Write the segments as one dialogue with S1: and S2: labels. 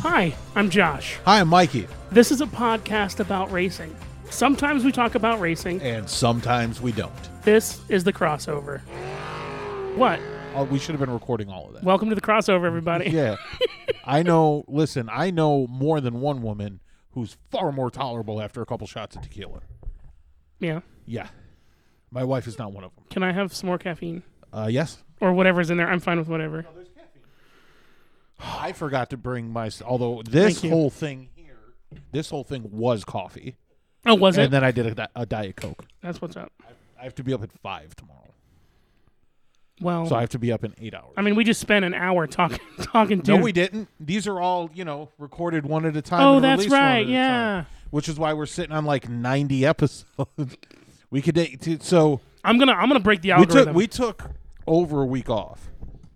S1: Hi, I'm Josh.
S2: Hi, I'm Mikey,
S1: This is a podcast about racing. Sometimes we talk about racing.
S2: and sometimes we don't.
S1: This is the crossover. What?
S2: Oh, we should have been recording all of that.
S1: Welcome to the crossover, everybody.
S2: yeah. I know, listen, I know more than one woman who's far more tolerable after a couple shots of tequila.
S1: Yeah.
S2: Yeah. My wife is not one of them.
S1: Can I have some more caffeine
S2: Uh, yes?
S1: or whatever's in there? I'm fine with whatever.
S2: I forgot to bring my, although this
S1: Thank you.
S2: whole thing here, this whole thing was coffee.
S1: Oh, was it?
S2: And then I did a, di- a Diet Coke.
S1: That's what's up.
S2: I have to be up at 5 tomorrow.
S1: Well,
S2: So I have to be up in 8 hours.
S1: I mean, we just spent an hour talking talking to.
S2: No, we didn't. These are all, you know, recorded one at a time.
S1: Oh,
S2: and
S1: that's
S2: released one
S1: right,
S2: at a
S1: yeah.
S2: time, which is why we're sitting on like 90 episodes. we could date to, so
S1: I'm gonna I'm gonna break the
S2: we
S1: algorithm,
S2: took we took over a week off.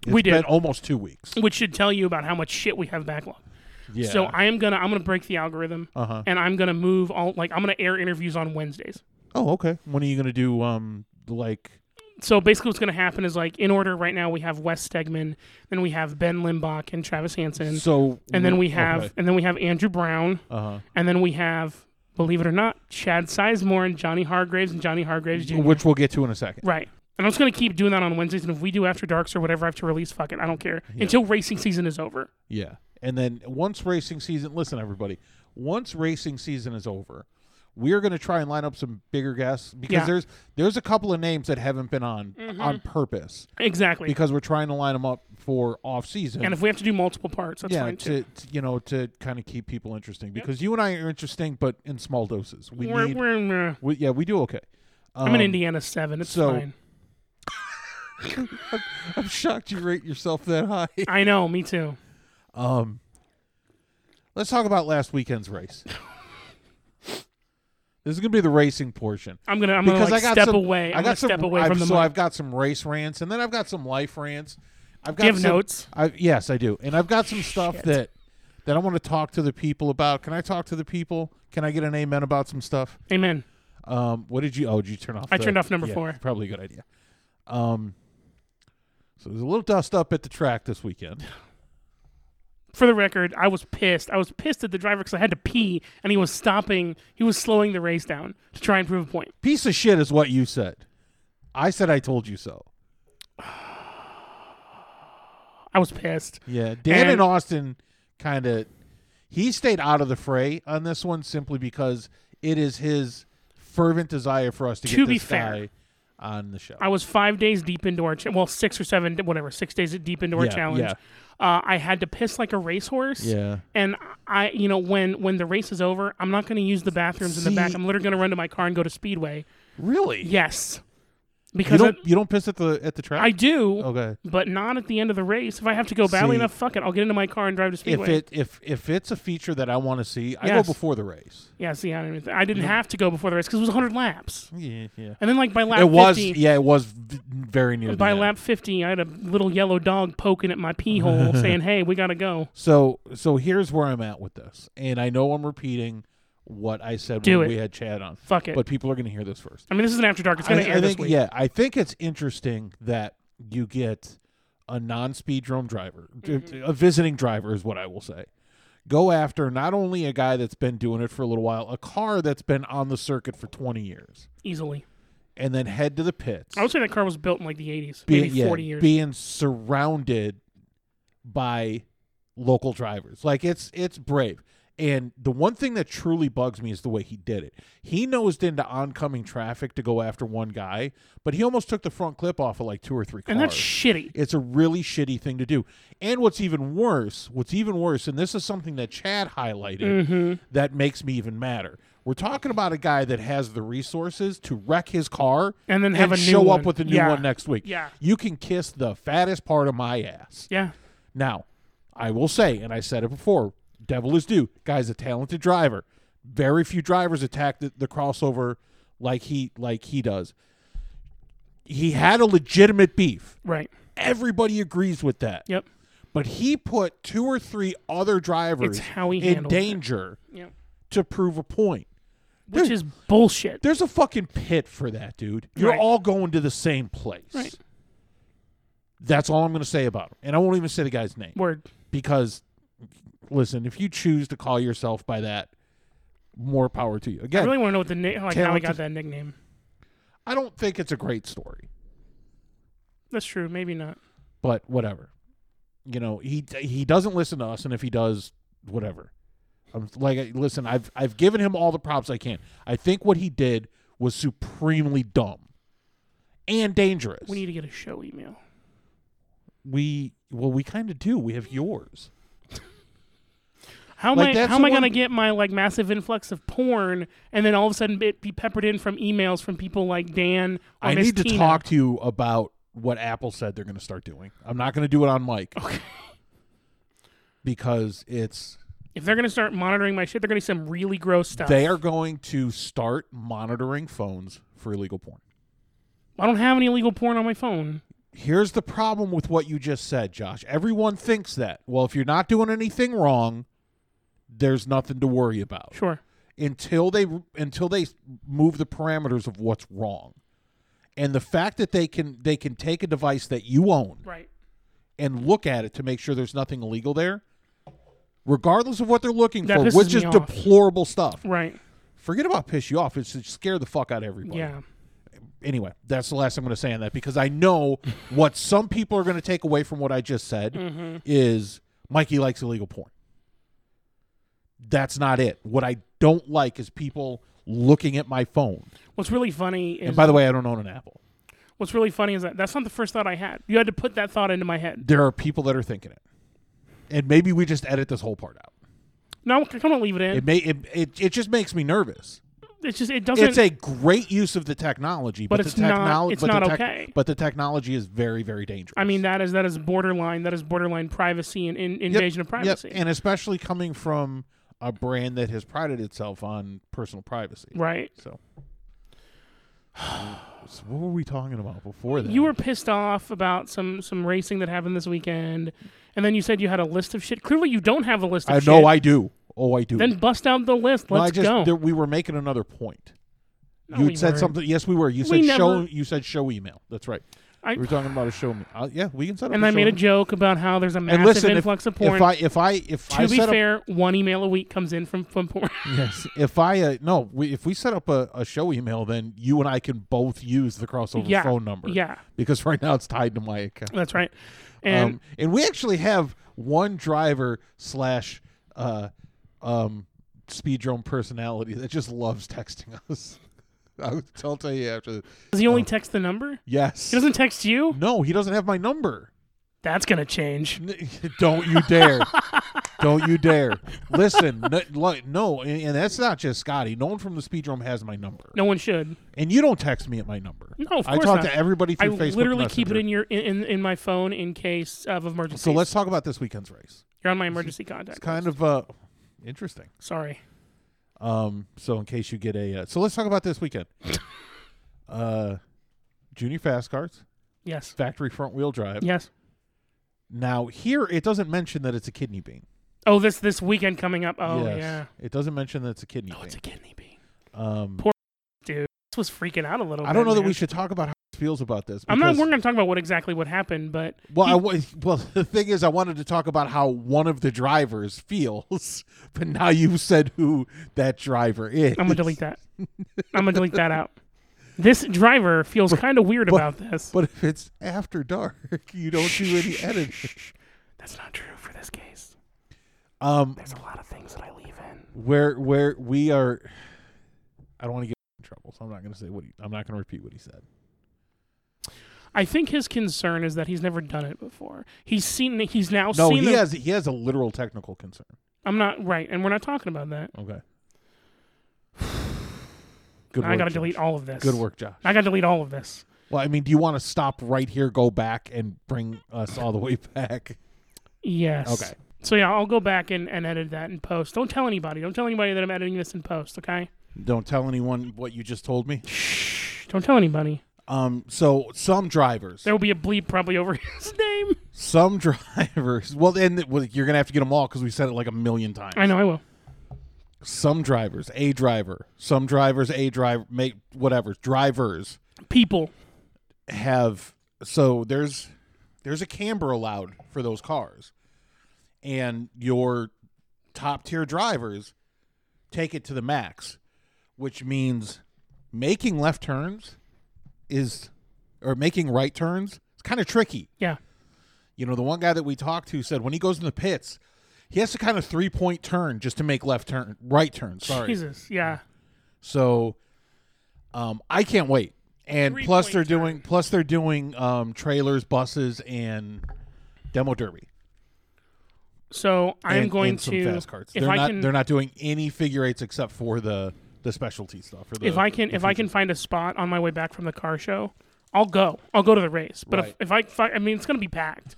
S2: It's
S1: We did.
S2: been almost two weeks.
S1: which should tell you about how much shit we have backlog.
S2: Yeah.
S1: So I am gonna I'm gonna break the algorithm,
S2: Uh-huh.
S1: and I'm gonna move all like I'm gonna air interviews on Wednesdays.
S2: oh, okay. When are you gonna do um like?
S1: so basically what's going to happen is like in order right now we have wes stegman then we have ben limbach and travis hansen
S2: So
S1: and then we have
S2: okay.
S1: and then we have andrew brown
S2: Uh-huh.
S1: and then we have believe it or not chad sizemore and johnny hargraves and johnny hargraves Jr.
S2: which we'll get to in a second.
S1: right and i'm just going to keep doing that on wednesdays and if we do after darks or whatever i have to release fuck it i don't care until racing season is over
S2: Yeah. And then once racing season, listen, everybody, once racing season is over, we're going to try and line up some bigger guests because
S1: Yeah. Mm-hmm.
S2: there's there's a couple of names that haven't been on on purpose
S1: exactly
S2: because we're trying to line them up for off season.
S1: and if we have to do multiple parts that's
S2: yeah,
S1: fine too
S2: to, to, you know to kind of keep people interesting because you and I are interesting, but in small doses. We
S1: we're,
S2: need,
S1: we're, uh,
S2: we, yeah, we do okay. Um,
S1: i'm an indiana 7 it's
S2: so-
S1: fine
S2: I'm shocked you rate yourself that high.
S1: i know me too
S2: Um, let's talk about last weekend's race. this is gonna be the racing portion
S1: i'm going to i'm going to
S2: because
S1: like
S2: I got
S1: step
S2: some,
S1: away
S2: I
S1: I'm
S2: got
S1: gonna
S2: some.
S1: step away
S2: I've-
S1: from the
S2: so
S1: mic.
S2: I've got some race rants, and then I've got some life rants. I've got
S1: Give
S2: some,
S1: notes.
S2: I, yes, I do, and I've got some stuff that that I want to talk to the people about. Can I talk to the people? Can I get an amen about some stuff?
S1: amen
S2: Um, what did you? Oh, did you turn off?
S1: I
S2: the-
S1: turned off number
S2: yeah,
S1: four.
S2: Probably a good idea. Um, so there's a little dust up at the track this weekend.
S1: for the record, I was pissed. I was pissed at the driver because I had to pee, and he was stopping. He was slowing the race down to try and prove a point.
S2: Piece of shit is what you said. I said I told you so.
S1: I was pissed.
S2: Yeah, Dan and,
S1: And-
S2: Austin kind of he stayed out of the fray on this one simply because it is his fervent desire for us to,
S1: To
S2: get
S1: be
S2: this
S1: fair,
S2: guy on the show.
S1: I was five days deep into our cha- well, six or seven, whatever, six days deep into our
S2: Yeah,
S1: challenge.
S2: yeah.
S1: Uh, I had to piss like a racehorse.
S2: Yeah.
S1: And I, you know, when when the race is over, I'm not going to use the bathrooms in the back.
S2: See-
S1: I'm literally going to run to my car and go to Speedway.
S2: really?
S1: Yes,
S2: You
S1: because I,
S2: don't you don't piss at the at the track?
S1: I do,
S2: okay.
S1: but not at the end of the race. If I have to go badly
S2: See-
S1: enough, fuck it, I'll get into my car and drive to
S2: If
S1: Speedway.
S2: it if if it's a feature that I want to see, I go
S1: Yes.
S2: before the race.
S1: yeah, see, I didn't, I
S2: Mm-hmm.
S1: didn't have to go before the race because it was 100 laps.
S2: Yeah, yeah.
S1: And then like by lap
S2: It was
S1: 50,
S2: yeah, it was v- very near the
S1: by
S2: end.
S1: lap 50, I had a little yellow dog poking at my pee hole saying, "Hey, we got to go."
S2: So so here's where I'm at with this. And I know I'm repeating what I said
S1: Do
S2: when
S1: it.
S2: we had Chad on.
S1: Fuck it.
S2: But people are going to hear this first.
S1: I mean, this is an after dark. It's going
S2: I-
S1: to
S2: I
S1: air this
S2: think-
S1: week.
S2: Yeah, I think it's interesting that you get a non-speed drum driver, d-
S1: Mm-hmm.
S2: d- a visiting driver is what I will say. Go after not only a guy that's been doing it for a little while, a car that's been on the circuit for 20 years,
S1: Easily.
S2: and then head to the pits.
S1: I would say that car was built in like the 80s,
S2: Be-
S1: maybe
S2: yeah,
S1: 40 years.
S2: Being surrounded by local drivers. Like it's it's brave. And the one thing that truly bugs me is the way he did it. He nosed into oncoming traffic to go after one guy, but he almost took the front clip off of like two or three cars.
S1: and that's shitty.
S2: it's a really shitty thing to do. And what's even worse, what's even worse, and this is something that Chad highlighted
S1: Mm-hmm.
S2: that makes me even madder. We're talking about a guy that has the resources to wreck his car
S1: And then have a new
S2: show
S1: one.
S2: up with a new
S1: Yeah.
S2: one next week.
S1: Yeah.
S2: You can kiss the fattest part of my ass.
S1: Yeah.
S2: Now, I will say, and I said it before, devil is due. Guy's a talented driver. Very few drivers attack the, the crossover like he like he does. He had a legitimate beef.
S1: Right.
S2: Everybody agrees with that.
S1: Yep.
S2: But he put two or three other drivers
S1: It's how he
S2: in
S1: handled it.
S2: danger
S1: Yep.
S2: to prove a point.
S1: Which
S2: Dude.
S1: is bullshit.
S2: There's a fucking pit for that, dude. You're
S1: Right.
S2: all going to the same place.
S1: Right.
S2: That's all I'm going to say about him. And I won't even say the guy's name
S1: Word.
S2: because listen, if you choose to call yourself by that, more power to you.
S1: I
S2: Again,
S1: really want to know what the na- how, like, how I got
S2: Talented-
S1: that nickname.
S2: I don't think it's a great story,
S1: That's true. Maybe not.
S2: but whatever. You know, he he doesn't listen to us, and if he does, whatever. I'm like, listen, I've I've given him all the props I can. I think what he did was supremely dumb and dangerous.
S1: We need to get a show email.
S2: we well, we kind of do. We have yours.
S1: How am
S2: Like,
S1: I
S2: that's
S1: how
S2: the
S1: am I
S2: one-
S1: gonna get my like massive influx of porn and then all of a sudden it be peppered in from emails from people like Dan? Or
S2: I
S1: Miss
S2: need to
S1: Tina?
S2: talk to you about what Apple said they're going to start doing. I'm not going to do it on mic.
S1: Okay.
S2: Because it's
S1: If they're gonna start monitoring my shit, they're gonna do some really gross stuff.
S2: they are going to start monitoring phones for illegal porn.
S1: I don't have any illegal porn on my phone.
S2: Here's the problem with what you just said, Josh. Everyone thinks that. Well, if you're not doing anything wrong, there's nothing to worry about.
S1: Sure.
S2: until they until they move the parameters of what's wrong. And the fact that they can they can take a device that you own
S1: Right.
S2: and look at it to make sure there's nothing illegal there, regardless of what they're looking
S1: That
S2: for,
S1: pisses
S2: which is
S1: me off.
S2: deplorable stuff.
S1: Right.
S2: Forget about piss you off; it's to scare the fuck out of everybody.
S1: Yeah.
S2: Anyway, that's the last I'm going to say on that because I know what some people are going to take away from what I just said
S1: Mm-hmm.
S2: is Mikey likes illegal porn. That's not it. What I don't like is people looking at my phone.
S1: What's really funny is
S2: And by the way, I don't own an Apple.
S1: what's really funny is that that's not the first thought I had. You had to put that thought into my head.
S2: There are people that are thinking it, and maybe we just edit this whole part out.
S1: No, I don't leave it in.
S2: It may it it, it just makes me nervous.
S1: it's just it doesn't.
S2: it's a great use of the technology, but,
S1: But
S2: the
S1: it's not-
S2: technol-
S1: it's
S2: but the
S1: not
S2: tech-
S1: okay.
S2: But the technology is very, very dangerous.
S1: I mean that is that is borderline. That is borderline privacy and in,
S2: Yep,
S1: invasion of
S2: yep,
S1: privacy.
S2: and especially coming from a brand that has prided itself on personal privacy.
S1: right.
S2: So, So what were we talking about before that?
S1: You were pissed off about some some racing that happened this weekend, and then you said you had a list of shit. Clearly, you don't have a list of
S2: I
S1: shit.
S2: know I do. Oh, I do.
S1: Then bust out the list.
S2: No,
S1: Let's
S2: I just
S1: go.
S2: there- we were making another point.
S1: No,
S2: you
S1: we
S2: said
S1: weren't.
S2: something. Yes, we were. You
S1: We
S2: said show.
S1: never-
S2: You said show email. That's right.
S1: I-
S2: we were talking about a show. me- Uh, yeah, we can set up.
S1: And I
S2: show
S1: made a
S2: me-
S1: joke about how there's a
S2: and
S1: massive
S2: listen, if-
S1: influx of
S2: if,
S1: porn.
S2: I if I if
S1: to
S2: I
S1: be
S2: set up
S1: fair, one email a week comes in from from porn.
S2: Yes. If I uh, no, we, if we set up a, a show email, then you and I can both use the crossover
S1: yeah.
S2: phone number.
S1: Yeah,
S2: Because right now it's tied to my account.
S1: that's right. And
S2: um, and we actually have one driver slash uh, um, speed drone personality that just loves texting us. I'll tell tell you after.
S1: does he
S2: uh,
S1: only text the number?
S2: Yes.
S1: He doesn't text you.
S2: no, he doesn't have my number.
S1: That's gonna change.
S2: N- Don't you dare. Don't you dare. Listen, n- like, no, and, and that's not just Scotty. No one from the speed room has my number.
S1: No one should.
S2: And you don't text me at my number.
S1: No, of
S2: I
S1: course
S2: talk
S1: not.
S2: to everybody
S1: I
S2: through Facebook.
S1: literally keep it
S2: Messenger.
S1: in your in, in, in my phone in case of emergency.
S2: So let's talk about this weekend's race.
S1: You're on my emergency contact.
S2: It's kind of uh, interesting.
S1: Sorry.
S2: Um, so in case you get a, uh, so let's talk about this weekend. uh, junior fast cars,
S1: Yes.
S2: factory front wheel drive.
S1: Yes.
S2: Now here it doesn't mention that it's a kidney bean.
S1: Oh, this this weekend coming up. Oh
S2: Yes.
S1: yeah.
S2: It doesn't mention that it's a kidney
S1: Oh,
S2: bean.
S1: it's a kidney bean.
S2: um,
S1: Poor Dude, this was freaking out a little.
S2: I don't
S1: bit,
S2: know that
S1: man.
S2: we should talk about how it feels about this.
S1: I'm not.
S2: because-
S1: We're going to talk about what exactly what happened, but
S2: Well, I
S1: He-
S2: wa- well, the thing is, I wanted to talk about how one of the drivers feels, but now you said who that driver is.
S1: I'm gonna delete that. I'm gonna delete that out. This driver feels kind of weird
S2: but-
S1: about this.
S2: But if it's after dark, you don't do any editing.
S1: That's not true for this case.
S2: Um,
S1: There's a lot of things that I leave in.
S2: where where we are, I don't want to get in trouble, so I'm not going to say what he, I'm not going to repeat what he said.
S1: I think his concern is that he's never done it before. He's seen. He's now
S2: No,
S1: seen.
S2: he
S1: the-
S2: has he has a literal technical concern.
S1: I'm not right, and we're not talking about that.
S2: Okay. Good.
S1: I
S2: work,
S1: gotta
S2: Josh.
S1: delete all of this.
S2: Good work, Josh.
S1: I gotta delete all of this.
S2: Well, I mean, do you want to stop right here, go back, and bring us all the way back?
S1: Yes.
S2: Okay.
S1: So yeah, I'll go back and, and edit that in post. Don't tell anybody. Don't tell anybody that I'm editing this in post. Okay.
S2: Don't tell anyone what you just told me.
S1: Shh. Don't tell anybody.
S2: Um, so some drivers,
S1: There will be a bleep probably over his name.
S2: some drivers. Well, then well, you're gonna have to get them all because we said it like a million times.
S1: I know. I will.
S2: Some drivers, a driver, some drivers, a driver, make whatever drivers
S1: People.
S2: have. So there's there's a camber allowed for those cars, and your top tier drivers take it to the max, which means making left turns is or making right turns is kind of tricky.
S1: Yeah.
S2: You know, the one guy that we talked to said when he goes in the pits, he has to kind of three point turn just to make left turn, right turn. Sorry.
S1: Jesus. Yeah.
S2: So, um, I can't wait. And
S1: Three
S2: plus
S1: point
S2: they're
S1: turn.
S2: doing plus they're doing um, trailers, buses, and demo derby.
S1: So I'm
S2: and-
S1: going
S2: and some
S1: to
S2: fast carts.
S1: if
S2: they're
S1: I
S2: not
S1: can
S2: they're not doing any figure eights except for the the specialty stuff. Or the,
S1: if I can if I can find a spot on my way back from the car show, I'll go. I'll go to the race. But
S2: Right.
S1: if, if I fi- I mean it's gonna be packed.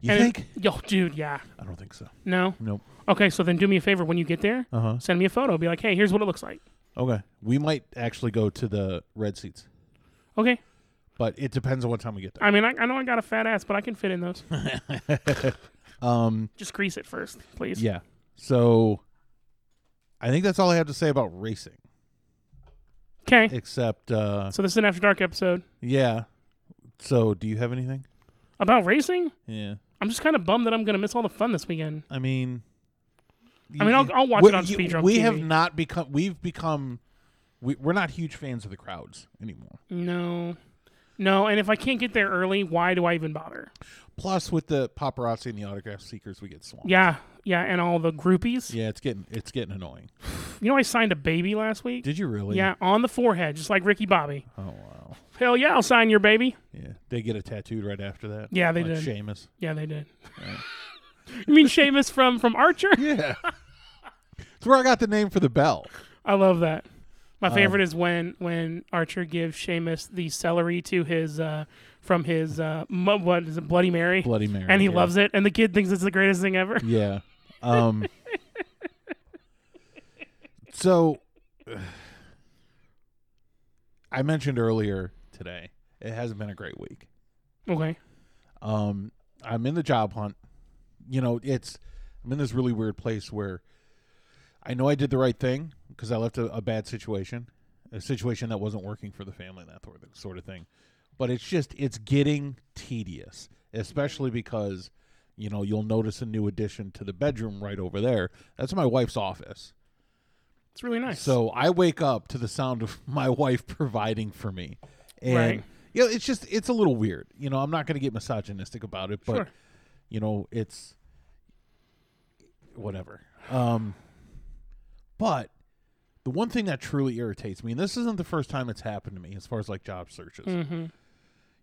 S2: you
S1: And it-
S2: think?
S1: yo, dude, yeah.
S2: I don't think so.
S1: No.
S2: Nope.
S1: Okay, so then do me a favor when you get there,
S2: Uh huh.
S1: send me a photo. Be like, hey, here's what it looks like.
S2: Okay. We might actually go to the red seats,
S1: Okay.
S2: but it depends on what time we get there.
S1: I mean, I, I know I got a fat ass, but I can fit in those. um, just grease it first, please.
S2: Yeah. So I think that's all I have to say about racing.
S1: Okay.
S2: Except uh
S1: So this is an after dark episode
S2: yeah. So do you have anything?
S1: about racing.
S2: Yeah.
S1: I'm just kind of bummed that I'm gonna miss all the fun this weekend.
S2: I mean
S1: I mean, I'll- I'll watch
S2: we-
S1: it on speed on
S2: We have
S1: TV.
S2: not become we've become we, we're not huge fans of the crowds anymore.
S1: No, no. And if I can't get there early, why do I even bother?
S2: Plus with the paparazzi and the autograph seekers we get swamped.
S1: Yeah, yeah. And all the groupies.
S2: Yeah, it's getting it's getting annoying.
S1: You know, I signed a baby last week.
S2: Did you really?
S1: yeah, on the forehead, just like Ricky Bobby.
S2: Oh wow.
S1: Hell yeah, I'll sign your baby.
S2: Yeah. They get it tattooed right after that.
S1: Yeah, they
S2: like
S1: did.
S2: Seamus.
S1: Yeah, they did. you mean Seamus from from Archer?
S2: Yeah. It's where I got the name for the bell.
S1: I love that.
S2: Um,
S1: My favorite is when when Archer gives Seamus the celery to his uh, from his uh, mu- what is it Bloody Mary,
S2: Bloody Mary.
S1: and he
S2: yeah. Mm.
S1: loves it, and the kid thinks it's the greatest thing ever.
S2: Yeah. Um So I mentioned earlier today, it hasn't been a great week.
S1: Okay,
S2: Um I'm in the job hunt. You know, it's I'm in this really weird place where I know I did the right thing because I left a, a bad situation, a situation that wasn't working for the family, that sort of, sort of thing. But it's just it's getting tedious, especially because you know you'll notice a new addition to the bedroom right over there. That's my wife's office.
S1: it's really nice.
S2: So I wake up to the sound of my wife providing for me, and
S1: Right.
S2: you know it's just it's a little weird. You know I'm not going to get misogynistic about it, but
S1: Sure.
S2: you know it's whatever. Um, but the one thing that truly irritates me, and this isn't the first time it's happened to me, as far as like job searches,
S1: hmm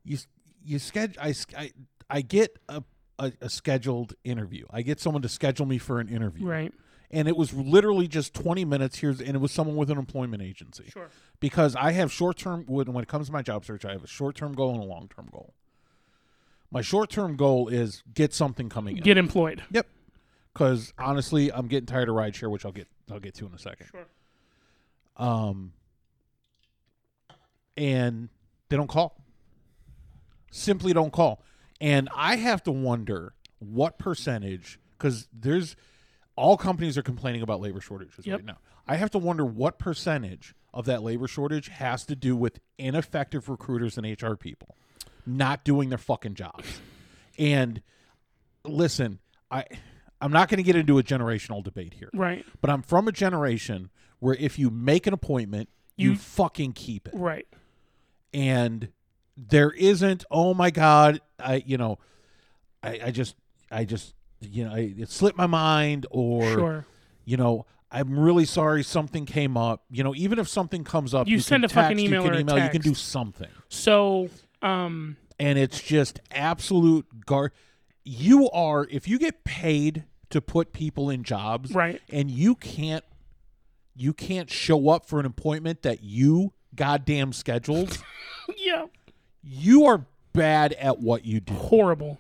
S2: you you schedule I, sch- I I get a, a a scheduled interview. I get someone to schedule me for an interview,
S1: right,
S2: and it was literally just 20 minutes here's and it was someone with an employment agency
S1: sure,
S2: because i have short-term when when it comes to my job search i have a short-term goal and a long-term goal my short-term goal is get something coming in
S1: get employed.
S2: yep because honestly i'm getting tired of rideshare which i'll get i'll get to in a second
S1: Sure,
S2: um and they don't call simply don't call and i have to wonder what percentage because there's all companies are complaining about labor shortages
S1: Yep.
S2: right now i have to wonder what percentage of that labor shortage has to do with ineffective recruiters and hr people not doing their fucking jobs and listen i i'm not going to get into a generational debate here
S1: right,
S2: but I'm from a generation where if you make an appointment, you,
S1: You-
S2: fucking keep it.
S1: right.
S2: And there isn't, oh my God, I you know, I, I just I just you know, I, it slipped my mind or
S1: sure,
S2: you know, I'm really sorry something came up. You know, even if something comes up,
S1: You
S2: you,
S1: send
S2: can
S1: a fucking
S2: text,
S1: email
S2: you
S1: or
S2: can
S1: a
S2: email, you can
S1: text.
S2: do something.
S1: So, um,
S2: And it's just absolute gar you are if you get paid to put people in jobs
S1: right,
S2: and you can't you can't show up for an appointment that you goddamn scheduled
S1: yeah,
S2: you are bad at what you do
S1: horrible.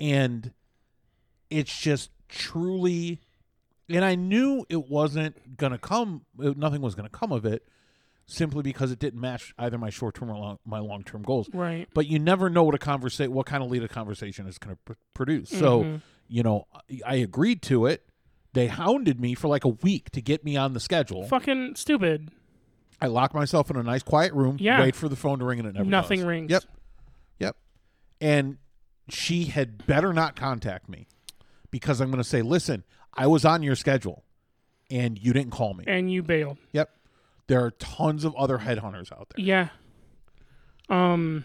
S2: and it's just truly and i knew it wasn't going to come uh, nothing was going to come of it simply because it didn't match either my short-term or long, my long-term goals
S1: Right,
S2: but you never know what a conversation what kind of lead a conversation is going to pr- produce
S1: Mm-hmm.
S2: so you know I- i agreed to it they hounded me for like a week to get me on the schedule
S1: fucking stupid.
S2: I lock myself in a nice quiet room,
S1: Yeah.
S2: wait for the phone to ring, and it never
S1: Nothing
S2: does.
S1: rings.
S2: Yep, yep. And she had better not contact me because I'm going to say, listen, I was on your schedule and you didn't call me.
S1: and you bailed.
S2: Yep. There are tons of other headhunters out there.
S1: Yeah. Um.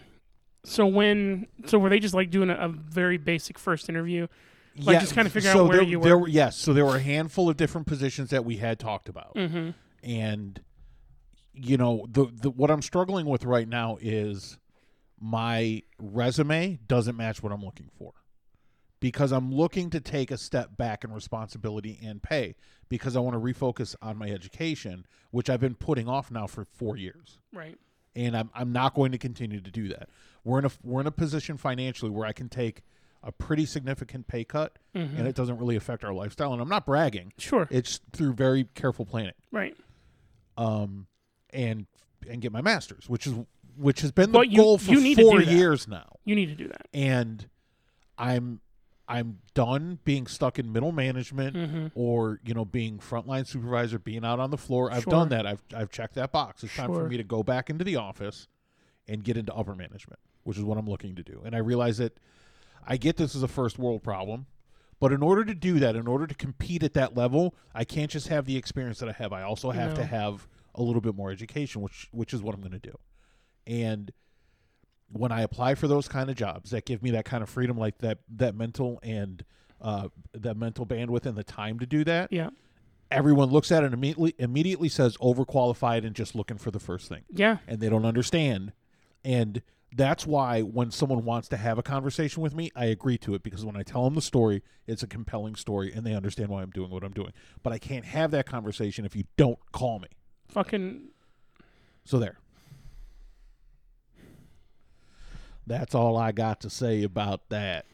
S1: So when so were they just like doing a, a very basic first interview? Like, just kinda figure out
S2: so
S1: where
S2: there,
S1: you
S2: There
S1: were.
S2: were yes, so there were a handful of different positions that we had talked about.
S1: Mm-hmm.
S2: And you know, the, the what I'm struggling with right now is my resume doesn't match what I'm looking for. Because I'm looking to take a step back in responsibility and pay because I want to refocus on my education, which I've been putting off now for 4 years.
S1: Right.
S2: and I'm I'm not going to continue to do that. We're in a we're in a position financially where I can take a pretty significant pay cut, and it doesn't really affect our lifestyle. And I'm not bragging;
S1: Mm-hmm. Sure.
S2: it's through very careful planning,
S1: right.
S2: um, and and get my master's, which is which has been the
S1: But you-
S2: goal for
S1: you need to
S2: four
S1: do that.
S2: years now,
S1: You need to do that.
S2: and I'm. I'm done being stuck in middle
S1: Mm-hmm.
S2: management or, you know, being frontline supervisor, being out on the floor. I've
S1: Sure.
S2: done that. I've I've checked that box. It's time for
S1: Sure.
S2: me to go back into the office and get into upper management, which is what I'm looking to do. And I realize that I get this is a first world problem, but in order to do that, in order to compete at that level, I can't just have the experience that I have. I also have
S1: No.
S2: to have a little bit more education, which which is what I'm going to do. And when I apply for those kind of jobs that give me that kind of freedom, like that that mental and uh, that mental bandwidth and the time to do that,
S1: Yeah.
S2: everyone looks at it and immediately immediately says overqualified and just looking for the first thing
S1: Yeah.
S2: and they don't understand. And that's why when someone wants to have a conversation with me, I agree to it because when I tell them the story, it's a compelling story and they understand why I'm doing what I'm doing. But I can't have that conversation if you don't call me.
S1: Fucking
S2: So there. That's all I got to say about that.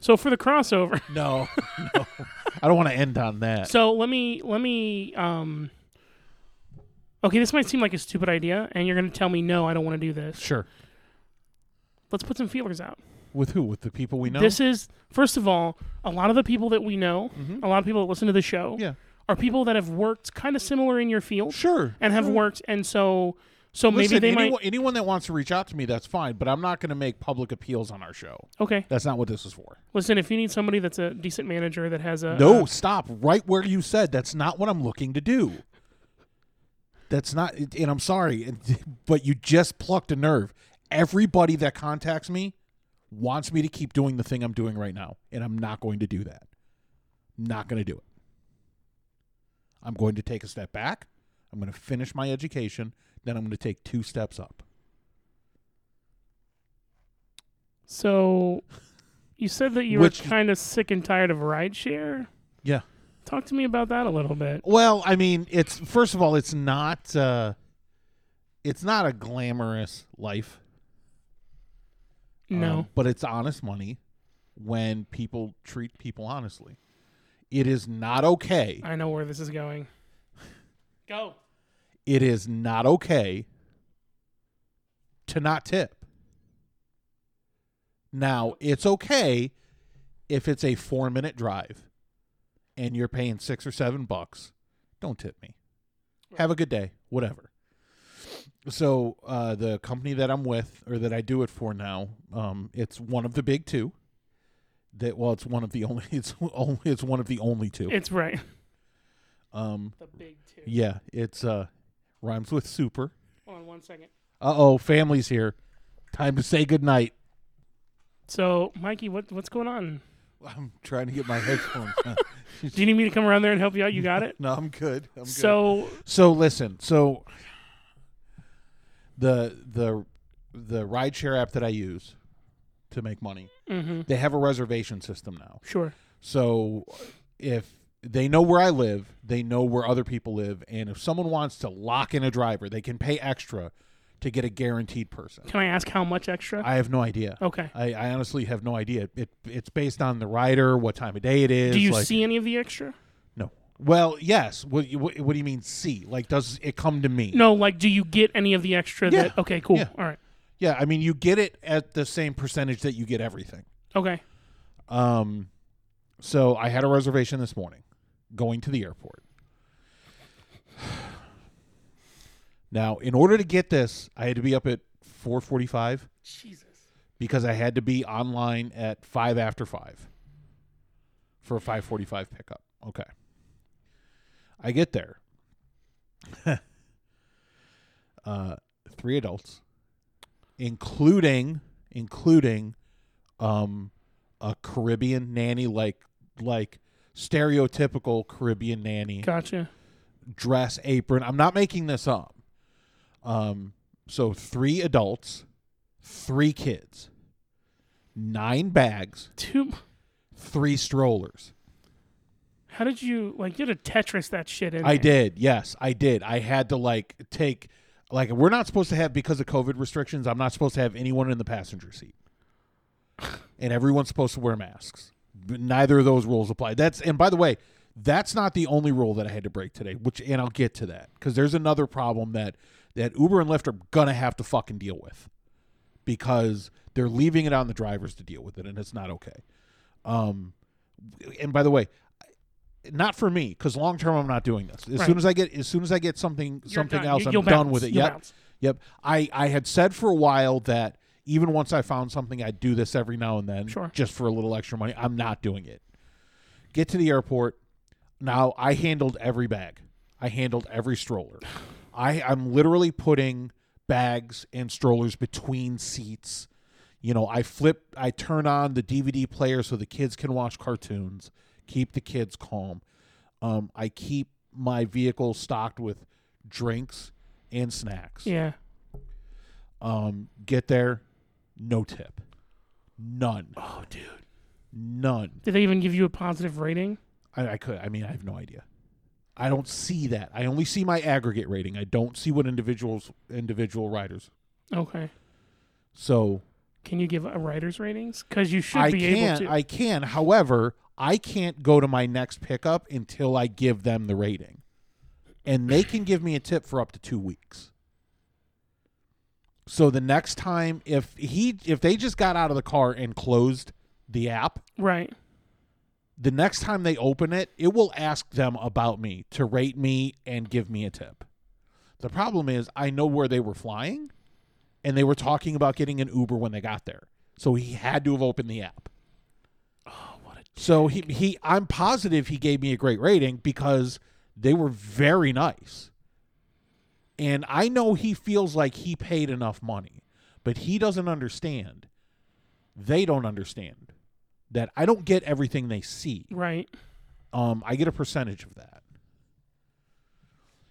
S1: So for the crossover,
S2: No, no. I don't want to end on that.
S1: so let me let me um Okay, this might seem like a stupid idea and you're going to tell me no, I don't want to do this.
S2: Sure.
S1: Let's put some feelers out.
S2: With who? With the people we know?
S1: This is first of all, a lot of the people that we know, a lot of people that listen to the show
S2: Mm-hmm. yeah.
S1: are people that have worked kind of similar in your field
S2: Sure.
S1: and have
S2: sure.
S1: worked and so so maybe
S2: Hmm. Listen,
S1: they
S2: anyone,
S1: might
S2: anyone that wants to reach out to me, that's fine. But I'm not going to make public appeals on our show.
S1: Okay.
S2: That's not what this is for.
S1: Listen, if you need somebody that's a decent manager that has a
S2: No,
S1: a-
S2: stop right where you said. That's not what I'm looking to do. That's not, and I'm sorry, and- but you just plucked a nerve. Everybody that contacts me wants me to keep doing the thing I'm doing right now, and I'm not going to do that. Not going to do it. I'm going to take a step back. I'm going to finish my education. Then I'm going to take two steps up.
S1: so you said that you
S2: Which-
S1: were kind of sick and tired of rideshare.
S2: Yeah.
S1: Talk to me about that a little bit.
S2: Well, I mean, it's first of all, it's not uh it's not a glamorous life.
S1: No.
S2: Um, but it's honest money when people treat people honestly. It is not okay.
S1: I know where this is going. Go.
S2: It is not okay to not tip. Now, it's okay if it's a 4-minute drive and you're paying 6 or 7 bucks. Don't tip me. Have a good day, whatever. So, uh, the company that I'm with or that I do it for now, um, it's one of the big 2. That well, it's one of the only it's only it's one of the only two.
S1: It's right.
S2: Um
S1: The big two.
S2: yeah, it's uh rhymes with super.
S1: Hold on one second.
S2: Uh oh, family's here. Time to say goodnight.
S1: So, Mikey, what what's going on?
S3: I'm trying to get my headphones. on.
S1: Do you need me to come around there and help you out? You got it.
S3: no, I'm good. I'm good.
S1: So,
S2: So listen, so the the the rideshare app that I use to make money,
S1: mhm,
S2: they have a reservation system now.
S1: sure.
S2: So if they know where I live, they know where other people live, and if someone wants to lock in a driver, they can pay extra to get a guaranteed person.
S1: Can I ask how much extra?
S2: I have no idea.
S1: okay.
S2: I, I honestly have no idea. It it's based on the rider, what time of day it is.
S1: Do you
S2: like-
S1: see any of the extra?
S2: No. Well, yes. What, you- what, what do you mean see? Like, does it come to me?
S1: No, like, do you get any of the extra
S2: Yeah.
S1: that? Okay, cool.
S2: Yeah.
S1: All right.
S2: Yeah, I mean, you get it at the same percentage that you get everything.
S1: Okay.
S2: Um, so I had a reservation this morning, going to the airport. Now, in order to get this, I had to be up at four forty-five
S1: Jesus.
S2: because I had to be online at five after five for a five forty-five pickup. Okay. I get there. uh, three adults, including including um, a Caribbean nanny, like like stereotypical Caribbean nanny
S1: Gotcha.
S2: dress apron. I'm not making this up. Um, so three adults, three kids, nine bags,
S1: Two.
S2: three strollers.
S1: How did you like? You had to Tetris that shit in.
S2: I
S1: there.
S2: did. Yes, I did. I had to like take like we're not supposed to have because of COVID restrictions. I'm not supposed to have anyone in the passenger seat, and everyone's supposed to wear masks. But neither of those rules apply. That's and by the way, that's not the only rule that I had to break today. Which and I'll get to that because there's another problem that that Uber and Lyft are gonna have to fucking deal with because they're leaving it on the drivers to deal with it, and it's not okay. Um, and by the way, not for me because long term I'm not doing this. As
S1: Right.
S2: soon as I get as soon as I get something
S1: You're
S2: something
S1: done.
S2: else,
S1: You-
S2: I'm
S1: you'll
S2: done
S1: bounce.
S2: with it.
S1: You'll
S2: Yep,
S1: bounce.
S2: yep. I I had said for a while that even once I found something, I'd do this every now and then,
S1: Sure.
S2: just for a little extra money. I'm not doing it. Get to the airport. Now I handled every bag. I handled every stroller. I I'm literally putting bags and strollers between seats. You know, I flip I turn on the DVD player so the kids can watch cartoons, keep the kids calm. Um I keep my vehicle stocked with drinks and snacks.
S1: Yeah.
S2: Um get there, no tip. None.
S1: Oh, dude.
S2: None.
S1: Did they even give you a positive rating?
S2: I, I could. I mean, I have no idea. I don't see that. I only see my aggregate rating. I don't see what individuals individual riders.
S1: Okay.
S2: So
S1: Can you give a writer's ratings? Because you should
S2: I
S1: be able
S2: can.
S1: to.
S2: I can. However, I can't go to my next pickup until I give them the rating, and they can give me a tip for up to two weeks. So the next time, if he if they just got out of the car and closed the app,
S1: right.
S2: the next time they open it, it will ask them about me to rate me and give me a tip. The problem is, I know where they were flying, and they were talking about getting an Uber when they got there. So he had to have opened the app.
S1: Oh, what a.
S2: So he, he I'm positive he gave me a great rating because they were very nice. And I know he feels like he paid enough money, but he doesn't understand. They don't understand that I don't get everything they see
S1: Right.
S2: um, I get a percentage of that.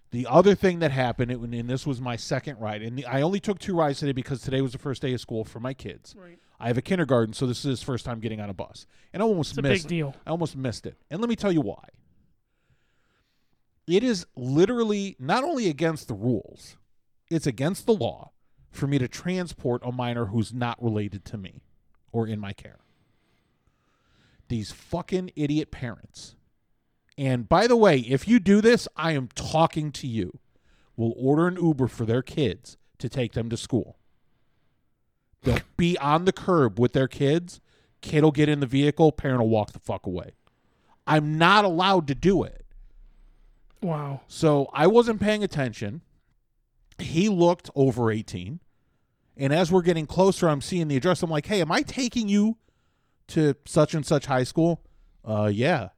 S2: The other thing that happened, it, and this was my second ride, and the, I only took two rides today because today was the first day of school for my kids.
S1: Right.
S2: I have a kindergarten, so this is his first time getting on a bus, and I almost
S1: It's a
S2: missed.
S1: big deal.
S2: I almost missed it, and let me tell you why. It is literally not only against the rules, it's against the law for me to transport a minor who's not related to me or in my care. These fucking idiot parents. And by the way, if you do this, I am talking to you. Will order an Uber for their kids to take them to school. They'll be on the curb with their kids. Kid will get in the vehicle. Parent will walk the fuck away. I'm not allowed to do it.
S1: Wow.
S2: So I wasn't paying attention. He looked over 18. And as we're getting closer, I'm seeing the address. I'm like, hey, am I taking you to such and such high school? Uh yeah.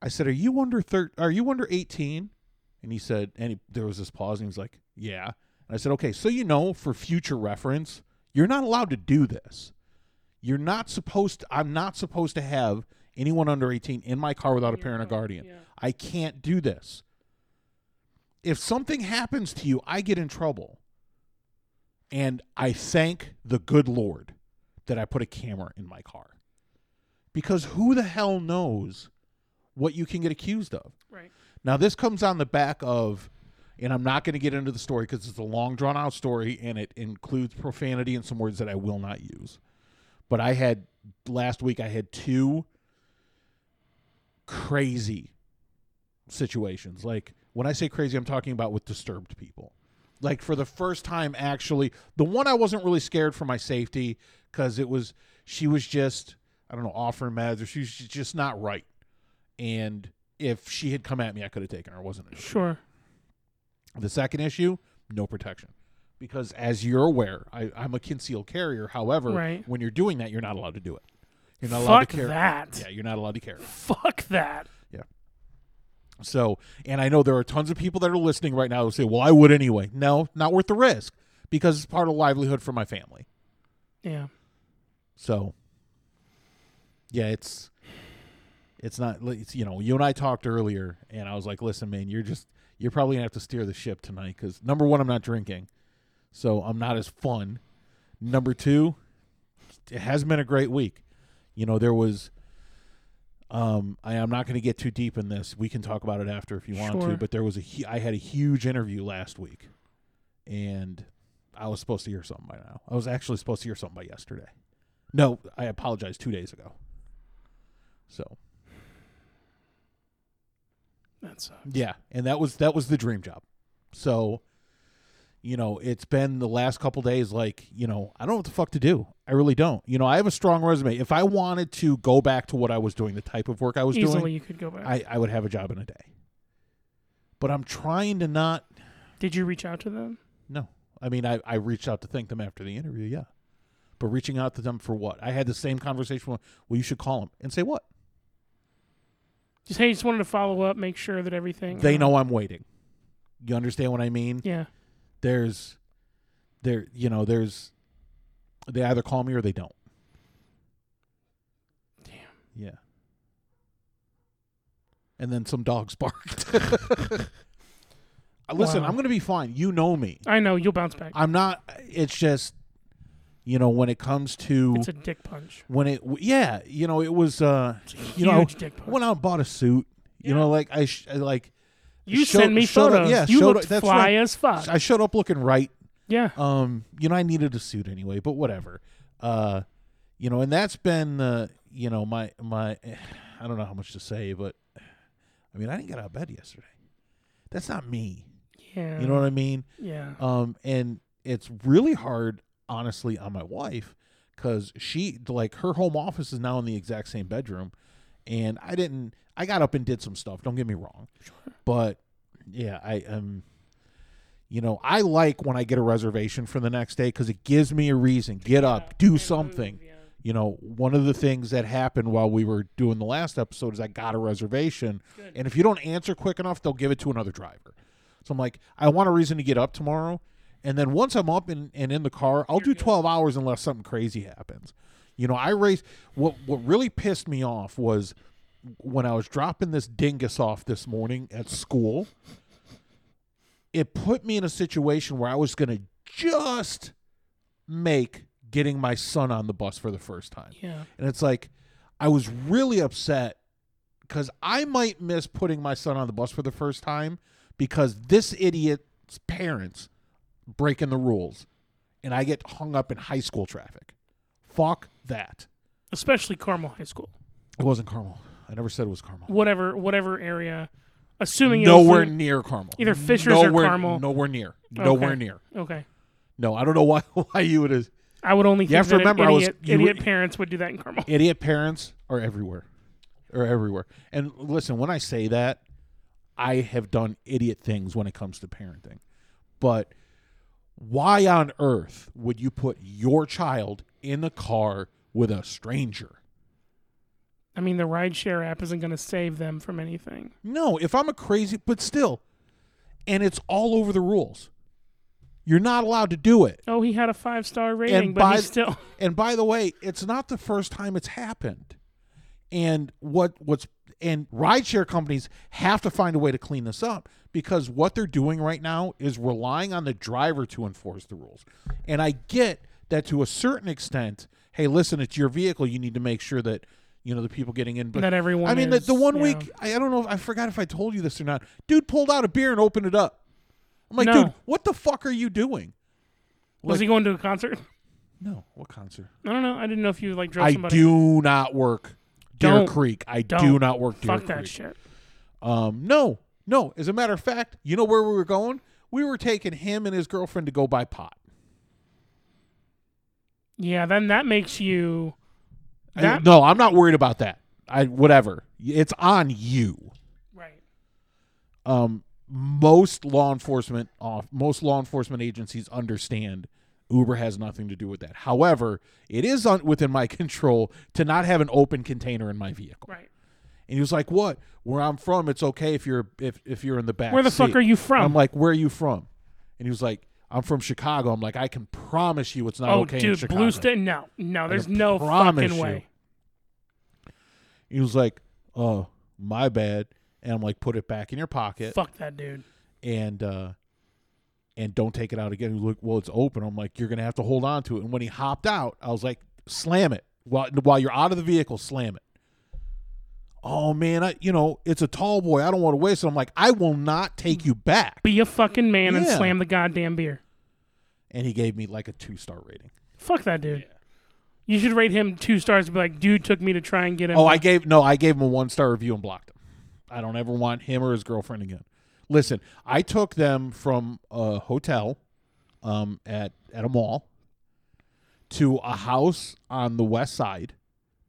S2: I said, Are you under thir- are you under 18? And he said, and he, there was this pause, and he was like, Yeah. And I said, Okay, so you know, for future reference, you're not allowed to do this. You're not supposed to, I'm not supposed to have anyone under 18 in my car without a parent or guardian.
S1: yeah.
S2: I can't do this. If something happens to you, I get in trouble. And I thank the good Lord that I put a camera in my car. Because who the hell knows what you can get accused of?
S1: Right.
S2: Now, this comes on the back of, and I'm not going to get into the story because it's a long, drawn out story and it includes profanity and some words that I will not use. But I had, last week, I had two crazy situations. Like, when I say crazy, I'm talking about with disturbed people. Like, for the first time, actually, the one I wasn't really scared for my safety because it was, she was just, I don't know, offering meds or she was just not right. And if she had come at me, I could have taken her. It wasn't an issue.
S1: Sure.
S2: The second issue, no protection. Because as you're aware, I, I'm a concealed carrier. However,
S1: Right.
S2: when you're doing that, you're not allowed to do it. You're not allowed
S1: Fuck
S2: to carry.
S1: that.
S2: Yeah, you're not allowed to carry.
S1: Fuck that.
S2: So, and I know there are tons of people that are listening right now who say, "Well, I would anyway." No, not worth the risk because it's part of livelihood for my family.
S1: Yeah.
S2: So, yeah, it's it's not. It's, you know, you and I talked earlier, and I was like, "Listen, man, you're just you're probably gonna have to steer the ship tonight because number one, I'm not drinking, so I'm not as fun. Number two, it has been a great week. You know, there was. Um, I am not going to get too deep in this. We can talk about it after if you want
S1: Sure.
S2: to. But there was a hu- I had a huge interview last week, and I was supposed to hear something by now. I was actually supposed to hear something by yesterday. No, I apologize. Two days ago. So
S1: That's uh,
S2: yeah, and that was that was the dream job. So, you know, it's been the last couple days. Like, you know, I don't know what the fuck to do. I really don't. You know, I have a strong resume. If I wanted to go back to what I was doing, the type of work I was
S1: easily
S2: doing,
S1: you could go back.
S2: I I would have a job in a day. But I'm trying to not.
S1: Did you reach out to them?
S2: No, I mean, I I reached out to thank them after the interview. Yeah, but reaching out to them for what? I had the same conversation. With, well, you should call them and say what
S1: Just hey, just wanted to follow up, make sure that everything.
S2: they
S1: uh,
S2: know. I'm waiting. You understand what I mean?
S1: Yeah.
S2: there's there you know there's they either call me or they don't
S1: Damn.
S2: yeah and then some dogs barked Uh, listen
S1: Wow.
S2: i'm gonna be fine you know me
S1: I know you'll bounce back.
S2: i'm not it's just you know when it comes to
S1: It's a dick punch.
S2: when it w- yeah you know it was uh
S1: It's a
S2: you know
S1: huge dick punch.
S2: went out and bought a suit you
S1: Yeah.
S2: know like i, sh- I like
S1: you
S2: showed-
S1: send me
S2: showed up-
S1: photos.
S2: yeah,
S1: you
S2: showed
S1: looked
S2: up- that's
S1: fly
S2: right.
S1: as fuck.
S2: i showed up looking right
S1: yeah.
S2: um you know i needed a suit anyway but whatever uh you know and that's been uh you know my my i don't know how much to say but i mean i didn't get out of bed yesterday that's not me
S1: Yeah.
S2: you know what i mean
S1: Yeah.
S2: um and it's really hard honestly on my wife because she like her home office is now in the exact same bedroom and i didn't i got up and did some stuff don't get me wrong
S1: Sure.
S2: but yeah, I um, you know, I like when I get a reservation for the next day because it gives me a reason. Get up, do something. You know, one of the things that happened while we were doing the last episode is I got a reservation,
S1: Good.
S2: and if you don't answer quick enough, they'll give it to another driver. So I'm like, I want a reason to get up tomorrow, and then once I'm up and, and in the car, I'll do 12 hours unless something crazy happens. You know, I race. What what really pissed me off was when I was dropping this dingus off this morning at school, it put me in a situation where I was going to just make getting my son on the bus for the first time.
S1: Yeah.
S2: And it's like, I was really upset because I might miss putting my son on the bus for the first time because this idiot's parents breaking the rules and I get hung up in high school traffic. Fuck that.
S1: Especially Carmel High School.
S2: It wasn't Carmel. I never said it was Carmel.
S1: Whatever. Whatever area. Assuming it was
S2: nowhere
S1: in-
S2: near Carmel.
S1: either Fisher's or
S2: nowhere,
S1: Carmel.
S2: Nowhere near. Nowhere
S1: Okay.
S2: near.
S1: Okay.
S2: No, I don't know why why you would as
S1: I would only. think
S2: have to
S1: that an
S2: remember I was-
S1: idiot,
S2: you
S1: idiot
S2: were-
S1: parents would do that in Carmel.
S2: idiot parents are everywhere, are everywhere. And listen, when I say that, I have done idiot things when it comes to parenting. But why on earth would you put your child in the car with a stranger?
S1: I mean, the rideshare app isn't going to save them from anything.
S2: No, if I'm a crazy, but still, and it's all over the rules. You're not allowed to do it.
S1: Oh, he had a five star rating, but
S2: by-
S1: he's still.
S2: And by the way, it's not the first time it's happened. And what what's and rideshare companies have to find a way to clean this up because what they're doing right now is relying on the driver to enforce the rules. And I get that to a certain extent, hey, listen, it's your vehicle, you need to make sure that you know the people getting in but
S1: Not everyone
S2: I mean the,
S1: is,
S2: the one
S1: yeah.
S2: week I, I don't know if I forgot if I told you this or not. Dude pulled out a beer and opened it up. I'm like,
S1: No.
S2: dude, what the fuck are you doing?
S1: Was
S2: Like-
S1: he going to a concert?
S2: No, what concert?
S1: I don't know. I didn't know if you like drove
S2: I
S1: somebody.
S2: do not work Deer
S1: Don't.
S2: Creek. I do
S1: Don't.
S2: not work Deer
S1: Fuck that
S2: Creek.
S1: shit.
S2: Um, no, no. As a matter of fact, you know where we were going? We were taking him and his girlfriend to go buy pot.
S1: Yeah, then that makes you.
S2: I-
S1: That
S2: no, I'm not worried about that. I whatever. It's on you.
S1: right.
S2: Um, most law enforcement off most law enforcement agencies understand Uber has nothing to do with that. However, it is on, within my control to not have an open container in my vehicle.
S1: Right.
S2: And he was like, "What? Where I'm from, it's okay if you're if if you're in the back.
S1: Where the fuck
S2: seat."
S1: are you from?
S2: And I'm like, "Where are you from?" And he was like, "I'm from Chicago." I'm like, "I can promise you, it's not
S1: oh,
S2: okay in
S1: dude,
S2: Chicago."
S1: blue state. No, no, there's
S2: can
S1: no
S2: promise
S1: fucking
S2: you.
S1: way.
S2: he was like, "Oh, my bad." And I'm like, "Put it back in your pocket."
S1: Fuck that dude.
S2: and uh and don't take it out again. He was like, well, it's open. I'm like, you're gonna have to hold on to it. And when he hopped out, I was like, slam it while while you're out of the vehicle, slam it. Oh man, I you know it's a tall boy. I don't want to waste it. I'm like, I will not take you back.
S1: Be a fucking man and
S2: Yeah.
S1: slam the goddamn beer.
S2: And he gave me like a two star rating.
S1: Fuck that dude. You should rate him two stars and be like, dude took me to try and get him.
S2: Oh, I gave no, I gave him a one star review and blocked him. I don't ever want him or his girlfriend again. Listen, I took them from a hotel um, at at a mall to a house on the west side.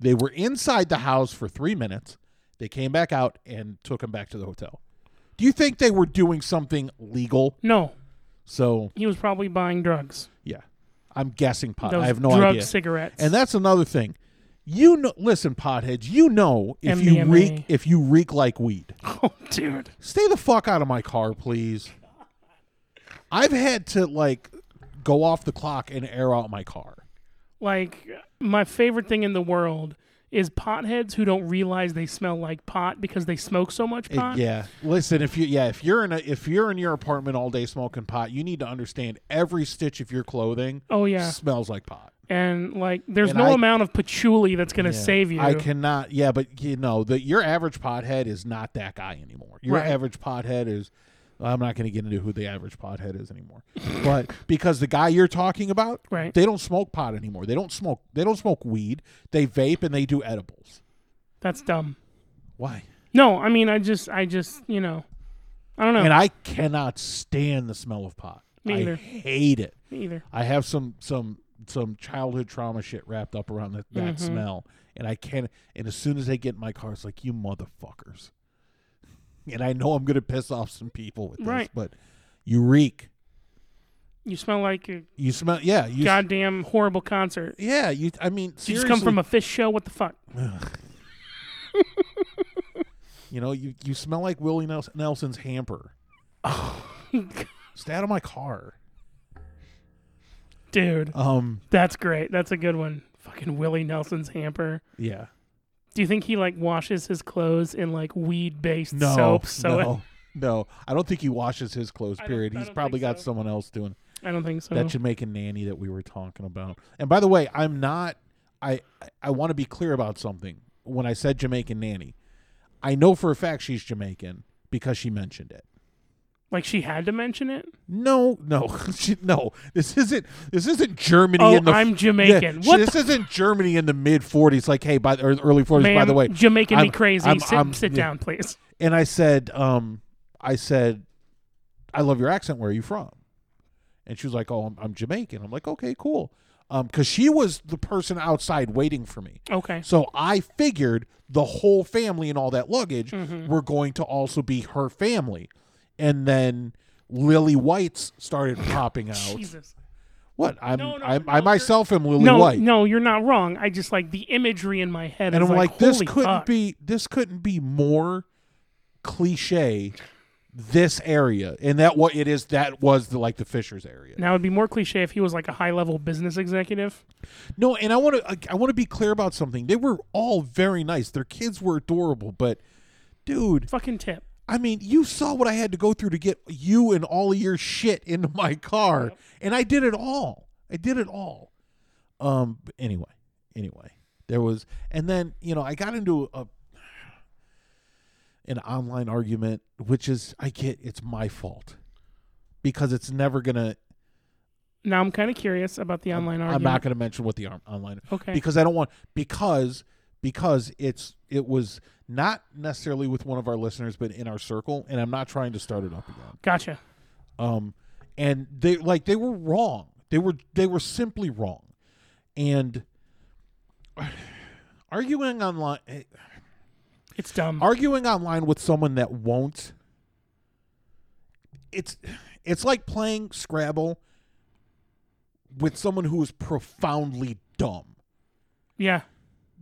S2: They were inside the house for three minutes. They came back out and took him back to the hotel. Do you think they were doing something legal?
S1: No,
S2: So
S1: he was probably buying drugs.
S2: yeah, I'm guessing pot.
S1: Those
S2: I have no
S1: drug
S2: idea.
S1: cigarettes.
S2: And that's another thing. You know, listen, potheads. You know if you
S1: MDMA.
S2: reek if you reek like weed.
S1: oh, dude.
S2: Stay the fuck out of my car, please. I've had to like go off the clock and air out my car.
S1: Like my favorite thing in the world is potheads who don't realize they smell like pot because they smoke so much
S2: It-
S1: pot.
S2: yeah, listen. If you yeah, if you're in a if you're in your apartment all day smoking pot, you need to understand every stitch of your clothing
S1: Oh yeah.
S2: smells like pot.
S1: And like, there's
S2: And
S1: no
S2: I-
S1: amount of patchouli that's gonna
S2: Yeah.
S1: save you.
S2: I cannot. Yeah, but you know, the, your average pothead is not that guy anymore. Your
S1: Right.
S2: average pothead is. I'm not going to get into who the average pothead is anymore, but because the guy you're talking about,
S1: Right.
S2: They don't smoke pot anymore. They don't smoke. They don't smoke weed. They vape and they do edibles.
S1: That's dumb.
S2: Why?
S1: No, I mean, I just, I just, you know, I don't know
S2: And I cannot stand the smell of pot.
S1: Oh. Me
S2: I
S1: either.
S2: hate it.
S1: either.
S2: I have some some some childhood trauma shit wrapped up around that, that
S1: Mm-hmm.
S2: smell, and I can't. And as soon as they get in my car, it's like you motherfuckers. And I know I'm gonna piss off some people with this,
S1: Right.
S2: but you reek.
S1: You smell like a
S2: You smell. Yeah. You.
S1: goddamn horrible concert.
S2: Yeah. You. I mean,
S1: Did you just
S2: seriously.
S1: come from a fish show? What the fuck?
S2: You know, you you smell like Willie Nels- Nelson's hamper. Stay out of my car.
S1: Dude,
S2: Um.
S1: that's great. That's a good one. Fucking Willie Nelson's hamper.
S2: Yeah.
S1: Do you think he like washes his clothes in like weed based soap? So
S2: no, no. I don't think he washes his clothes.
S1: I don't-
S2: Period.
S1: I
S2: He's
S1: don't
S2: probably
S1: think
S2: got
S1: so.
S2: someone else doing
S1: I don't think so.
S2: that Jamaican nanny that we were talking about. And by the way, I'm not. I I want to be clear about something. When I said Jamaican nanny, I know for a fact she's Jamaican because she mentioned it.
S1: like she had to mention it.
S2: No, no, she, no. This isn't. This isn't Germany.
S1: Oh,
S2: in the,
S1: I'm Jamaican.
S2: she-
S1: What
S2: this isn't Germany in the mid '40s. Like, hey, by the or early '40s. by
S1: Ma'am,
S2: the way,
S1: Jamaican
S2: I'm-
S1: me crazy.
S2: I'm-
S1: sit
S2: I'm-
S1: sit
S2: yeah.
S1: down, please.
S2: and I said, um, I said, I love your accent. Where are you from? And she was like, Oh, I'm, I'm Jamaican. I'm like, Okay, cool. Um, because she was the person outside waiting for me.
S1: Okay.
S2: So I figured the whole family and all that luggage
S1: Mm-hmm.
S2: were going to also be her family. And then Lily White's started popping out.
S1: Jesus.
S2: What? I'm,
S1: No, no,
S2: I'm
S1: no,
S2: I
S1: you're-
S2: myself am Lily
S1: no,
S2: White.
S1: no, you're not wrong. I just like the imagery in my head.
S2: and
S1: is
S2: I'm like, this
S1: holy
S2: couldn't
S1: fuck.
S2: be this couldn't be more cliche this area and that what it is that was the like the Fishers area.
S1: Now it'd be more cliche if he was like a high level business executive.
S2: No, and I want to I want to be clear about something. They were all very nice. Their kids were adorable, but dude,
S1: Fucking tip.
S2: I mean, you saw what I had to go through to get you and all of your shit into my car, and I did it all. I did it all. Um. but Anyway, anyway, there was, and then you know, I got into a an online argument, which is I get it's my fault because it's never gonna.
S1: Now I'm kind of curious about the online
S2: I'm
S1: argument.
S2: not gonna mention what the arm, online
S1: Okay.
S2: because I don't want because because it's it was not necessarily with one of our listeners, but in our circle, and I'm not trying to start it up again.
S1: Gotcha.
S2: um and they like they were wrong they were they were simply wrong and arguing online
S1: It's dumb.
S2: arguing online with someone that won't it's it's like playing scrabble with someone who is profoundly dumb.
S1: Yeah.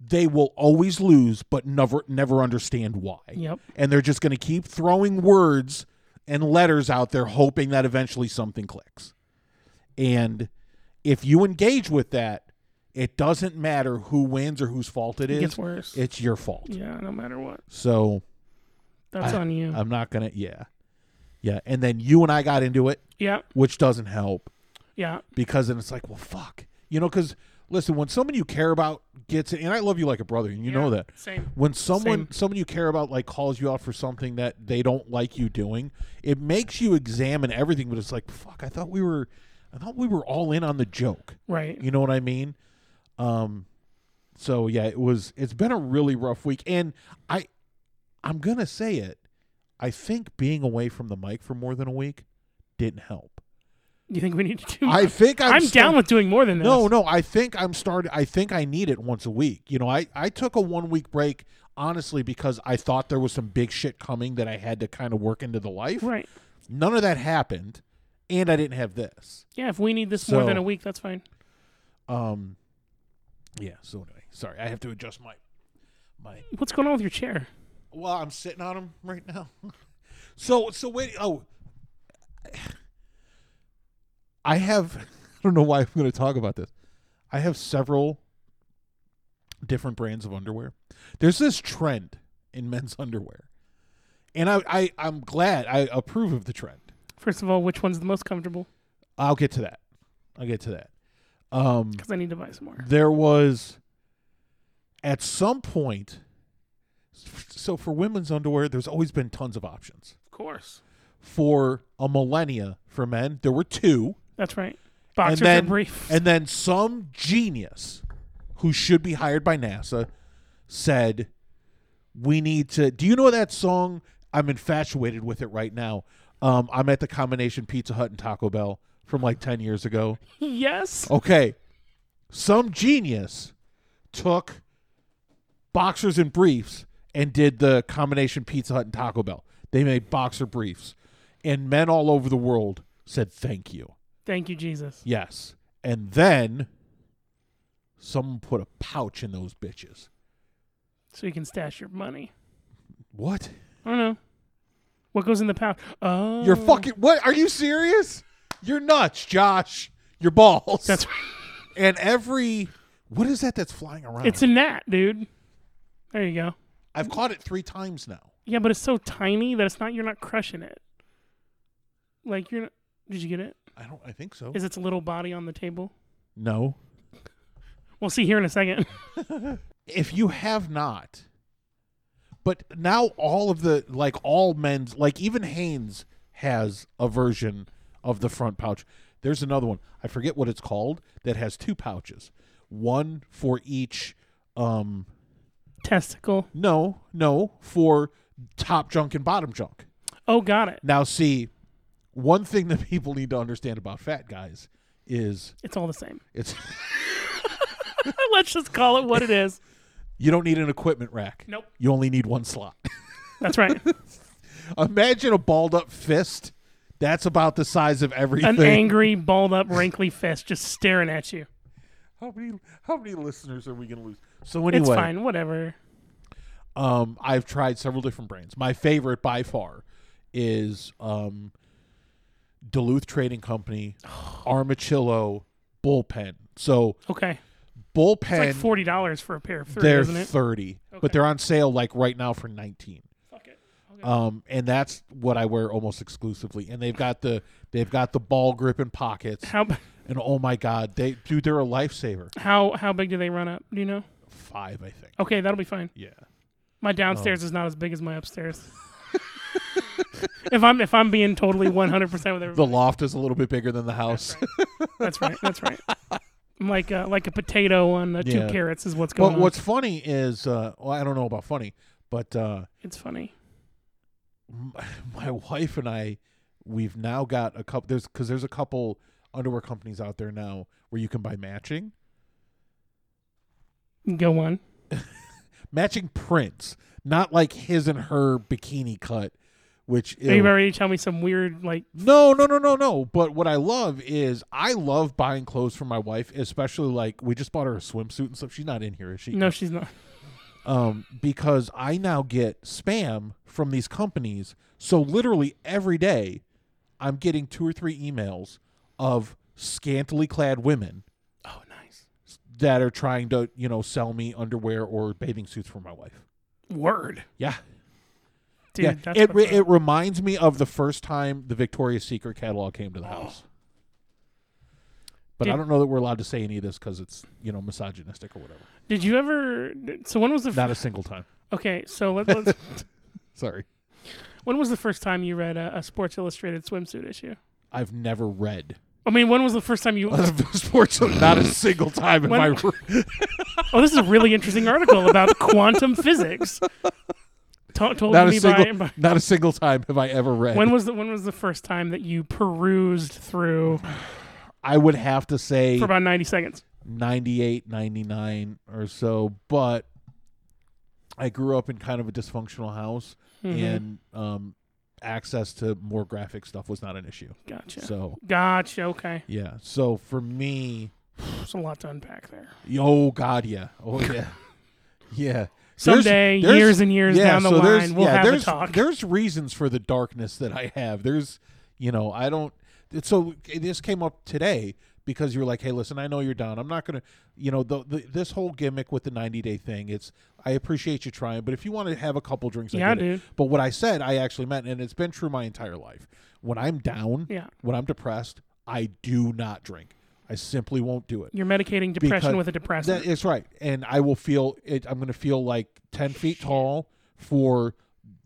S2: They will always lose, but never never understand why.
S1: Yep.
S2: And they're just going to keep throwing words and letters out there, hoping that eventually something clicks. And if you engage with that, it doesn't matter who wins or whose fault it
S1: It
S2: is.
S1: gets worse.
S2: It's your fault.
S1: yeah, no matter what.
S2: So
S1: That's on you.
S2: I'm not gonna. Yeah, yeah. And then you and I got into it,
S1: yeah.
S2: which doesn't help
S1: Yeah.
S2: because then it's like, well, fuck, you know. Because listen, when someone you care about gets it, and I love you like a brother, and you know
S1: Yeah,
S2: that.
S1: Same.
S2: When someone
S1: Same.
S2: someone you care about like calls you out for something that they don't like you doing, it makes you examine everything. But it's like, fuck, I thought we were, I thought we were all in on the joke.
S1: Right.
S2: You know what I mean? Um so yeah, it was it's been a really rough week and I I'm going to say it. I think being away from the mic for more than a week didn't help.
S1: You think we need to do?
S2: I think I'm,
S1: I'm down
S2: start-
S1: with doing more than this.
S2: No, no, I think I'm started I think I need it once a week. You know, I I took a one week break honestly because I thought there was some big shit coming that I had to kind of work into the life.
S1: Right.
S2: None of that happened and I didn't have this.
S1: Yeah. If we need this more
S2: So-
S1: than a week, that's fine.
S2: Um yeah, so anyway, sorry. I have to adjust my my
S1: What's going on with your chair?
S2: Well, I'm sitting on them right now. so so wait. Oh, I have. I don't know why I'm going to talk about this. I have several different brands of underwear. There's this trend in men's underwear, and I, I I'm glad I approve of the trend.
S1: First of all, which one's the most comfortable?
S2: I'll get to that. I'll get to that. Um,
S1: Because I need to buy some more.
S2: there was at some point. So for women's underwear, there's always been tons of options.
S1: Of course.
S2: for a millennia for men. There were two.
S1: That's right. Boxers
S2: then-
S1: are brief.
S2: And then some genius who should be hired by NASA said, We need to. Do you know that song? I'm infatuated with it right now. Um, I'm at the combination Pizza Hut and Taco Bell from like 10 years ago.
S1: yes.
S2: Okay. Some genius took boxers and briefs and did the combination Pizza Hut and Taco Bell. They made boxer briefs. And men all over the world said thank you.
S1: Thank you, Jesus.
S2: Yes. And then someone put a pouch in those bitches.
S1: So you can stash your money.
S2: What?
S1: I don't know. What goes in the pouch? Oh.
S2: You're fucking what? Are you serious? You're nuts, Josh. Your balls.
S1: That's
S2: and every what is that that's flying around?
S1: It's a gnat, dude. There you go.
S2: I've caught it three times now.
S1: Yeah, but it's so tiny that it's not. You're not crushing it. Like you're. Not, did you get it?
S2: I don't I think so.
S1: Is its little body on the table?
S2: no.
S1: We'll see here in a second.
S2: if you have not but now all of the like all men's like even Haynes has a version of the front pouch there's another one i forget what it's called that has two pouches one for each um
S1: Testicle.
S2: no no for top junk and bottom junk
S1: Oh, got it.
S2: now see one thing that people need to understand about fat guys is
S1: It's all the same.
S2: it's
S1: Let's just call it what it is.
S2: you don't need an equipment rack
S1: Nope.
S2: you only need one slot
S1: That's right.
S2: Imagine a balled up fist. That's about the size of everything.
S1: An angry, balled up, wrinkly fist just staring at you.
S2: How many how many listeners are we gonna lose? So
S1: It's
S2: anyway,
S1: fine. Whatever.
S2: um, I've tried several different brands. My favorite by far is um, Duluth Trading Company, Armachillo Bullpen. So
S1: Okay. It's
S2: Bullpen,
S1: like forty dollars for a pair of three,
S2: they're
S1: isn't it?
S2: thirty,
S1: Okay.
S2: but they're on sale like right now for nineteen.
S1: Fuck it.
S2: um, and that's what I wear almost exclusively. And they've got the they've got the ball grip and pockets.
S1: How
S2: And oh my God, they dude, they're a lifesaver.
S1: how how big do they run up? Do you know?
S2: Five, I think.
S1: Okay, that'll be fine.
S2: Yeah. Oh.
S1: My downstairs is not as big as my upstairs. if I'm if I'm being totally 100 percent with
S2: The
S1: everybody,
S2: loft is a little bit bigger than the house.
S1: that's right. That's right. I'm like a, like a potato on uh, two
S2: Yeah.
S1: carrots is what's going
S2: but
S1: on.
S2: what's funny is, uh, well, I don't know about funny, but uh,
S1: it's funny.
S2: m- my wife and I, we've now got a couple. There's because there's a couple underwear companies out there now where you can buy matching,
S1: Go on.
S2: matching prints, not like his and her bikini cut
S3: which
S1: Are you
S3: ew.
S1: ready to tell me some weird like?
S2: No, no, no, no, no. But what I love is I love buying clothes for my wife, especially like we just bought her a swimsuit and stuff. She's not in here, is she?
S1: No, she's not.
S2: Um, because I now get spam from these companies. So literally every day, I'm getting two or three emails of scantily clad women
S1: Oh, nice.
S2: that are trying to, you know, sell me underwear or bathing suits for my wife.
S1: Word,
S2: Yeah.
S1: dude.
S2: yeah.
S1: That's
S2: it,
S1: fucked
S2: re-
S1: up.
S2: it reminds me of the first time the Victoria's Secret catalog came to the house. But I
S1: Did-
S2: don't know that we're allowed to say any of this because it's, you know, misogynistic or whatever.
S1: Did you ever? So when was the?
S2: Not a single time.
S1: okay, so let, let's.
S2: Sorry.
S1: when was the first time you read a, a Sports Illustrated swimsuit issue?
S2: I've never read
S1: I mean, when was the first time you?
S2: sports. Not a single time in
S1: When-
S2: my room.
S1: Oh, this is a really interesting article about quantum physics. To- told
S2: Not a
S1: me by,
S2: single.
S1: by.
S2: Not a single time have I ever read.
S1: When was the when was the first time that you perused through
S2: I would have to say
S1: for about ninety seconds?
S2: 98, 99 or so. But I grew up in kind of a dysfunctional house,
S1: Mhm.
S2: and um, access to more graphic stuff was not an issue.
S1: Gotcha.
S2: So
S1: Gotcha. Okay,
S2: yeah. So for me,
S1: there's a lot to unpack there.
S2: oh god, yeah, oh yeah, yeah. There's-
S1: Someday,
S2: there's-
S1: years and years
S2: yeah,
S1: down the
S2: so there's-
S1: line, we'll
S2: yeah,
S1: have
S2: there's,
S1: a talk.
S2: There's reasons for the darkness that I have. There's, you know, I don't. it- So this came up today because you're like, hey, listen, I know you're down. I'm not gonna, you know, the, the this whole gimmick with the 90 day thing. It's I appreciate you trying, but if you want to have a couple drinks, I
S1: Yeah,
S2: get it.
S1: dude.
S2: But what I said, I actually meant, and it's been true my entire life. When I'm down,
S1: Yeah.
S2: when I'm depressed, I do not drink. I simply won't do it.
S1: You're medicating depression
S2: Because
S1: with a depressant.
S2: That is right, and I will feel it. I'm going to feel like ten feet tall for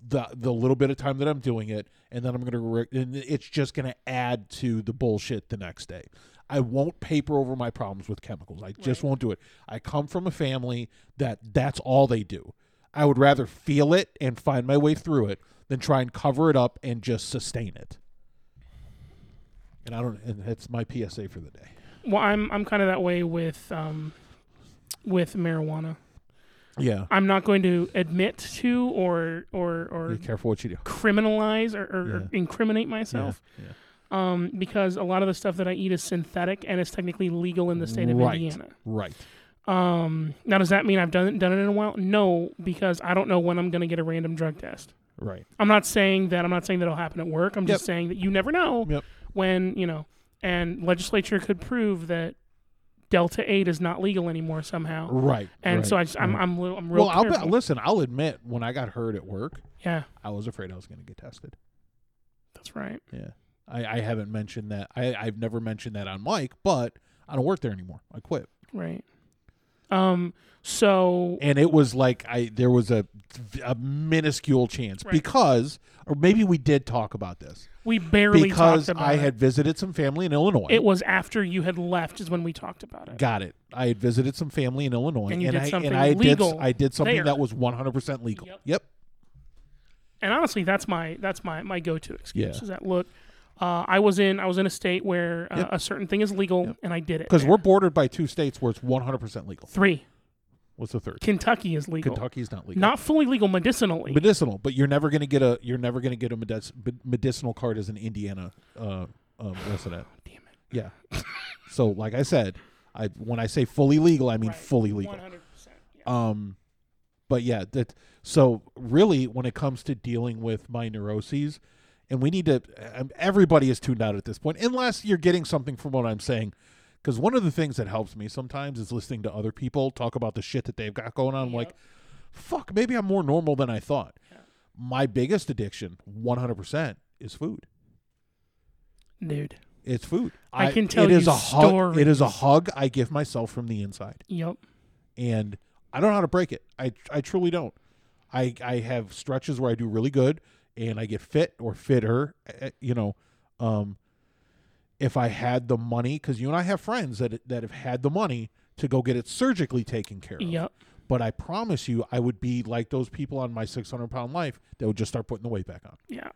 S2: the the little bit of time that I'm doing it, and then I'm going to. Re- and it's just going to add to the bullshit the next day. I won't paper over my problems with chemicals. I just won't do it. I come from a family that that's all they do. I would rather feel it and find my way through it than try and cover it up and just sustain it. And I don't. And that's my PSA for the day.
S1: well, I'm I'm kind of that way with um, with marijuana.
S2: Yeah.
S1: I'm not going to admit to or or or
S2: Be careful what you do.
S1: criminalize or, or, or incriminate myself
S2: Yeah,
S1: um, because a lot of the stuff that I eat is synthetic and it's technically legal in the state of
S2: Right.
S1: Indiana.
S2: Right.
S1: Um, now, does that mean I've done done it in a while? No, because I don't know when I'm going to get a random drug test.
S2: Right.
S1: I'm not saying that I'm not saying that it'll happen at work. I'm just
S2: Yep.
S1: saying that you never know
S2: Yep.
S1: when you know. And legislature could prove that delta eight is not legal anymore somehow.
S2: Right.
S1: And
S2: right.
S1: so I just, I'm,
S2: right.
S1: I'm li- I'm real
S2: well, I'll bet,
S1: careful.
S2: listen. I'll admit when I got hurt at work,
S1: yeah,
S2: I was afraid I was going to get tested.
S1: that's right.
S2: Yeah. I, I haven't mentioned that. I, I've never mentioned that on Mike, but I don't work there anymore. I quit.
S1: Right. Um. So
S2: And it was like I there was a, a minuscule chance
S1: Right.
S2: because, or maybe we did talk about this
S1: we barely
S2: because
S1: talked about
S2: I
S1: it.
S2: had visited some family in Illinois.
S1: It was after you had left is when we talked about it.
S2: Got it. I had visited some family in Illinois,
S1: And you did
S2: I
S1: something
S2: and I
S1: legal
S2: did I did something
S1: there.
S2: that was one hundred percent legal.
S1: Yep.
S2: yep.
S1: And honestly, that's my that's my my go to excuse
S2: Yeah.
S1: is that look, uh, I was in I was in a state where uh,
S2: Yep.
S1: a certain thing is legal
S2: Yep.
S1: and I did it.
S2: Because
S1: there.
S2: we're bordered by two states where it's 100% legal.
S1: three.
S2: What's the third?
S1: Kentucky is legal,
S2: Kentucky's not legal.
S1: not fully legal medicinally.
S2: medicinal, but you're never going to get a you're never going to get a medic- medicinal card as an Indiana uh, um, resident.
S1: Damn it.
S2: Yeah. so, like I said, I when I say fully legal, I mean
S1: Right.
S2: fully legal.
S1: 100%. Yeah.
S2: Um, but yeah, that so really when it comes to dealing with my neuroses, and we need to, um, everybody is tuned out at this point, unless you're getting something from what I'm saying. Because one of the things that helps me sometimes is listening to other people talk about the shit that they've got going on. I'm Like,
S1: Yep.
S2: fuck, maybe I'm more normal than I thought.
S1: Yeah.
S2: My biggest addiction, 100%, is food.
S1: Dude.
S2: It's food.
S1: I can tell
S2: it is
S1: you
S2: a hug. It is a
S1: stories.
S2: hug I give myself from the inside
S1: Yep.
S2: and I don't know how to break it. I I truly don't. I I have stretches where I do really good and I get fit or fitter, eh, you know, um if I had the money cuz you and I have friends that that have had the money to go get it surgically taken care of.
S1: Yep.
S2: But I promise you I would be like those people on my 600 pound life that would just start putting the weight back on
S1: Yeah.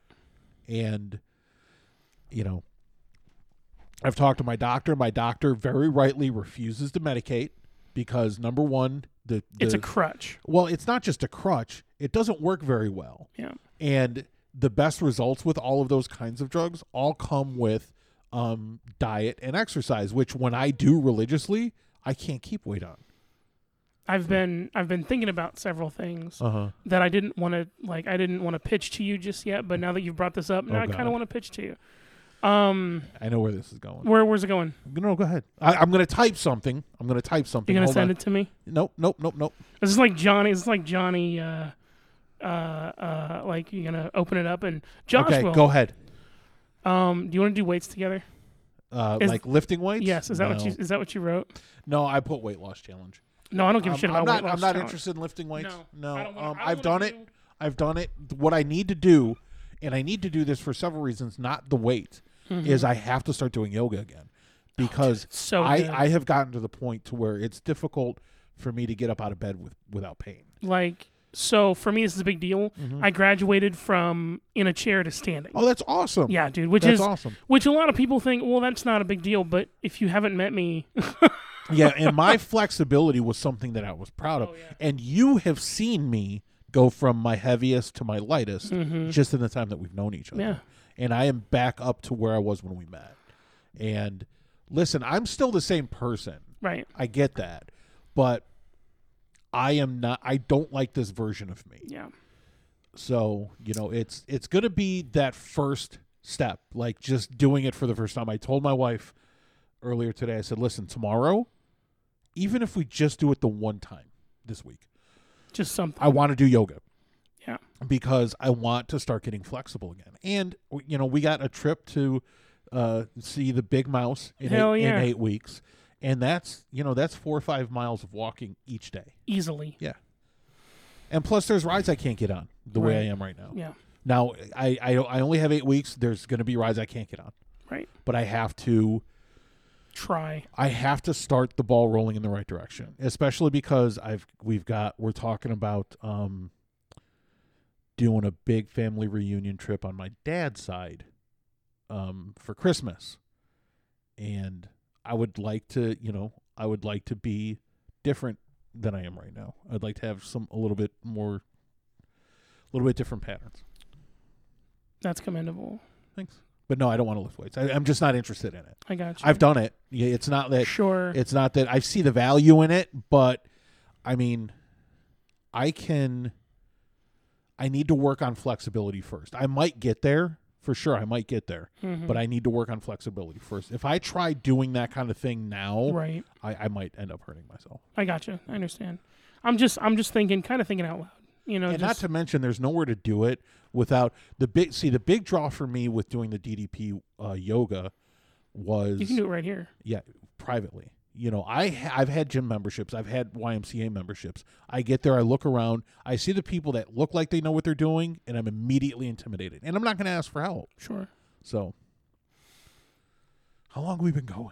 S2: and you know i've talked to my doctor my doctor very rightly refuses to medicate because number one the, the
S1: It's a crutch.
S2: well it's not just a crutch it doesn't work very well
S1: Yeah.
S2: and the best results with all of those kinds of drugs all come with um, diet and exercise, which when I do religiously, I can't keep weight on.
S1: I've been I've been thinking about several things
S2: Uh huh.
S1: that I didn't want to like I didn't want to pitch to you just yet, but now that you've brought this up, now I kind
S2: Mm. Oh, God.
S1: of want to pitch to you. Um,
S2: I know where this is going.
S1: where where's it going?
S2: No, go ahead. I, I'm going to type something. I'm going to type something.
S1: You're gonna
S2: Hold
S1: send
S2: on.
S1: it to me?
S2: Nope, nope, nope, nope.
S1: This is like Johnny. This is like Johnny. Uh, uh, uh, like you're gonna open it up and Josh
S2: okay,
S1: will.
S2: go ahead.
S1: Um, do you want to do weights together?
S2: Uh,
S1: Is-
S2: like lifting weights?
S1: Yes. Is that
S2: No.
S1: what you is that what you wrote?
S2: No, I put weight loss challenge.
S1: No, I don't give a shit
S2: I'm
S1: about
S2: not.
S1: weight
S2: I'm
S1: loss
S2: not
S1: challenge.
S2: interested in lifting weights.
S1: No,
S2: No,
S1: I don't wanna-
S2: um,
S1: I
S2: I've
S1: wanna
S2: done it.
S1: do-
S2: I've done it. What I need to do, and I need to do this for several reasons, not the weight, is I have to start doing yoga again because
S1: Mm-hmm. Oh, it's so good.
S2: I, I have gotten to the point to where it's difficult for me to get up out of bed with without pain.
S1: Like so for me, this is a big deal. I graduated from in a chair to standing.
S2: Mm-hmm. Oh, that's awesome.
S1: Yeah, dude. Which
S2: that's
S1: is
S2: awesome.
S1: which a lot of people think. Well, that's not a big deal. But if you haven't met me,
S2: Yeah, and my flexibility was something that I was proud of,
S1: Oh, yeah.
S2: and you have seen me go from my heaviest to my lightest just in the time that we've known each other.
S1: Mm-hmm. Yeah.
S2: And I am back up to where I was when we met. And listen, I'm still the same person.
S1: right?
S2: I get that. But I am not I don't like this version of me.
S1: Yeah.
S2: So, you know, it's it's going to be that first step, like just doing it for the first time. I told my wife earlier today. I said, "Listen, tomorrow, even if we just do it the one time this week,
S1: Just something.
S2: I want to do yoga."
S1: Yeah.
S2: because I want to start getting flexible again. And w- you know, we got a trip to uh, see the Big Mouse in
S1: Hell
S2: eight,
S1: yeah.
S2: in eight weeks, and that's you know that's four or five miles of walking each day.
S1: Easily.
S2: Yeah, and plus there's rides I can't get on the way
S1: Right.
S2: I am right now.
S1: Yeah.
S2: Now I, I I only have eight weeks. There's going to be rides I can't get on,
S1: Right.
S2: but I have to
S1: Try.
S2: I have to start the ball rolling in the right direction, especially because I've we've got we're talking about um doing a big family reunion trip on my dad's side um for Christmas. And I would like to, you know, I would like to be different than I am right now. I'd like to have some a little bit more a little bit different patterns.
S1: That's commendable.
S2: Thanks. But no, I don't want to lift weights. I, I'm just not interested in it.
S1: I got you.
S2: I've done it. Yeah, It's not that
S1: sure.
S2: it's not that I see the value in it, but I mean, I can. I need to work on flexibility first. I might get there for sure. I might get there,
S1: Mhm.
S2: but I need to work on flexibility first. If I try doing that kind of thing now,
S1: right.
S2: I, I might end up hurting myself.
S1: I got you. I understand. I'm just I'm just thinking, kind of thinking out loud. You know,
S2: and not
S1: just
S2: to mention, there's nowhere to do it without the big. See, the big draw for me with doing the DDP uh, yoga was
S1: you can do it right here.
S2: yeah privately you know i ha- i've had gym memberships i've had ymca memberships i get there i look around i see the people that look like they know what they're doing and i'm immediately intimidated and i'm not going to ask for help
S1: Sure.
S2: so how long have we been going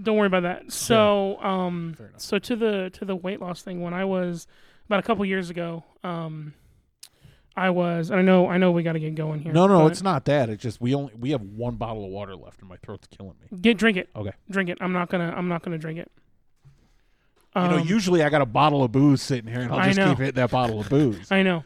S1: Don't worry about that. So, um,
S2: Fair enough.
S1: so to the to the weight loss thing, when I was about a couple years ago, um, I was, and I know, I know, we got to get going here.
S2: no no
S1: but
S2: it's not that it's just we only we have one bottle of water left and my throat's killing me
S1: get drink it.
S2: Okay.
S1: drink it. I'm not gonna, I'm not gonna drink it.
S2: you know
S1: Um,
S2: usually i got a bottle of booze sitting here and i'll
S1: I
S2: just
S1: know.
S2: keep hitting that bottle of booze
S1: I know.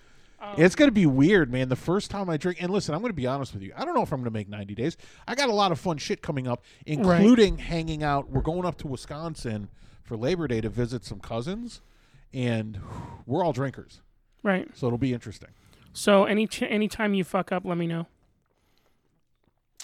S2: It's going to be weird, man. The first time I drink, and listen, I'm going to be honest with you. I don't know if I'm going to make 90 days. I got a lot of fun shit coming up, including hanging out. We're going up to Wisconsin for Labor Day to visit some cousins, and we're all drinkers.
S1: Right.
S2: So it'll be interesting.
S1: So any ch- any time you fuck up, let me know.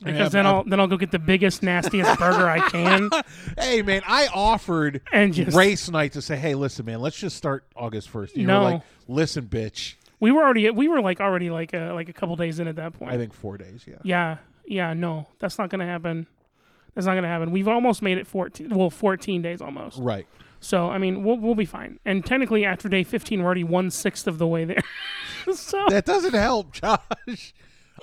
S2: Yeah,
S1: Because then
S2: I'm-
S1: I'll then I'll go get the biggest nastiest burger I can
S2: Hey, man, I offered
S1: and just
S2: race night to say, hey, listen, man, let's just start August 1st. And you
S1: No.
S2: were like, listen, bitch.
S1: We were already we were like already like a, like a couple days in at that point.
S2: I think four days, yeah.
S1: yeah, yeah, no, that's not gonna happen. That's not gonna happen. We've almost made it fourteen. Well, fourteen days almost.
S2: Right.
S1: So I mean, we'll we'll be fine. And technically, after day fifteen, we're already one sixth of the way there. so
S2: That doesn't help, Josh.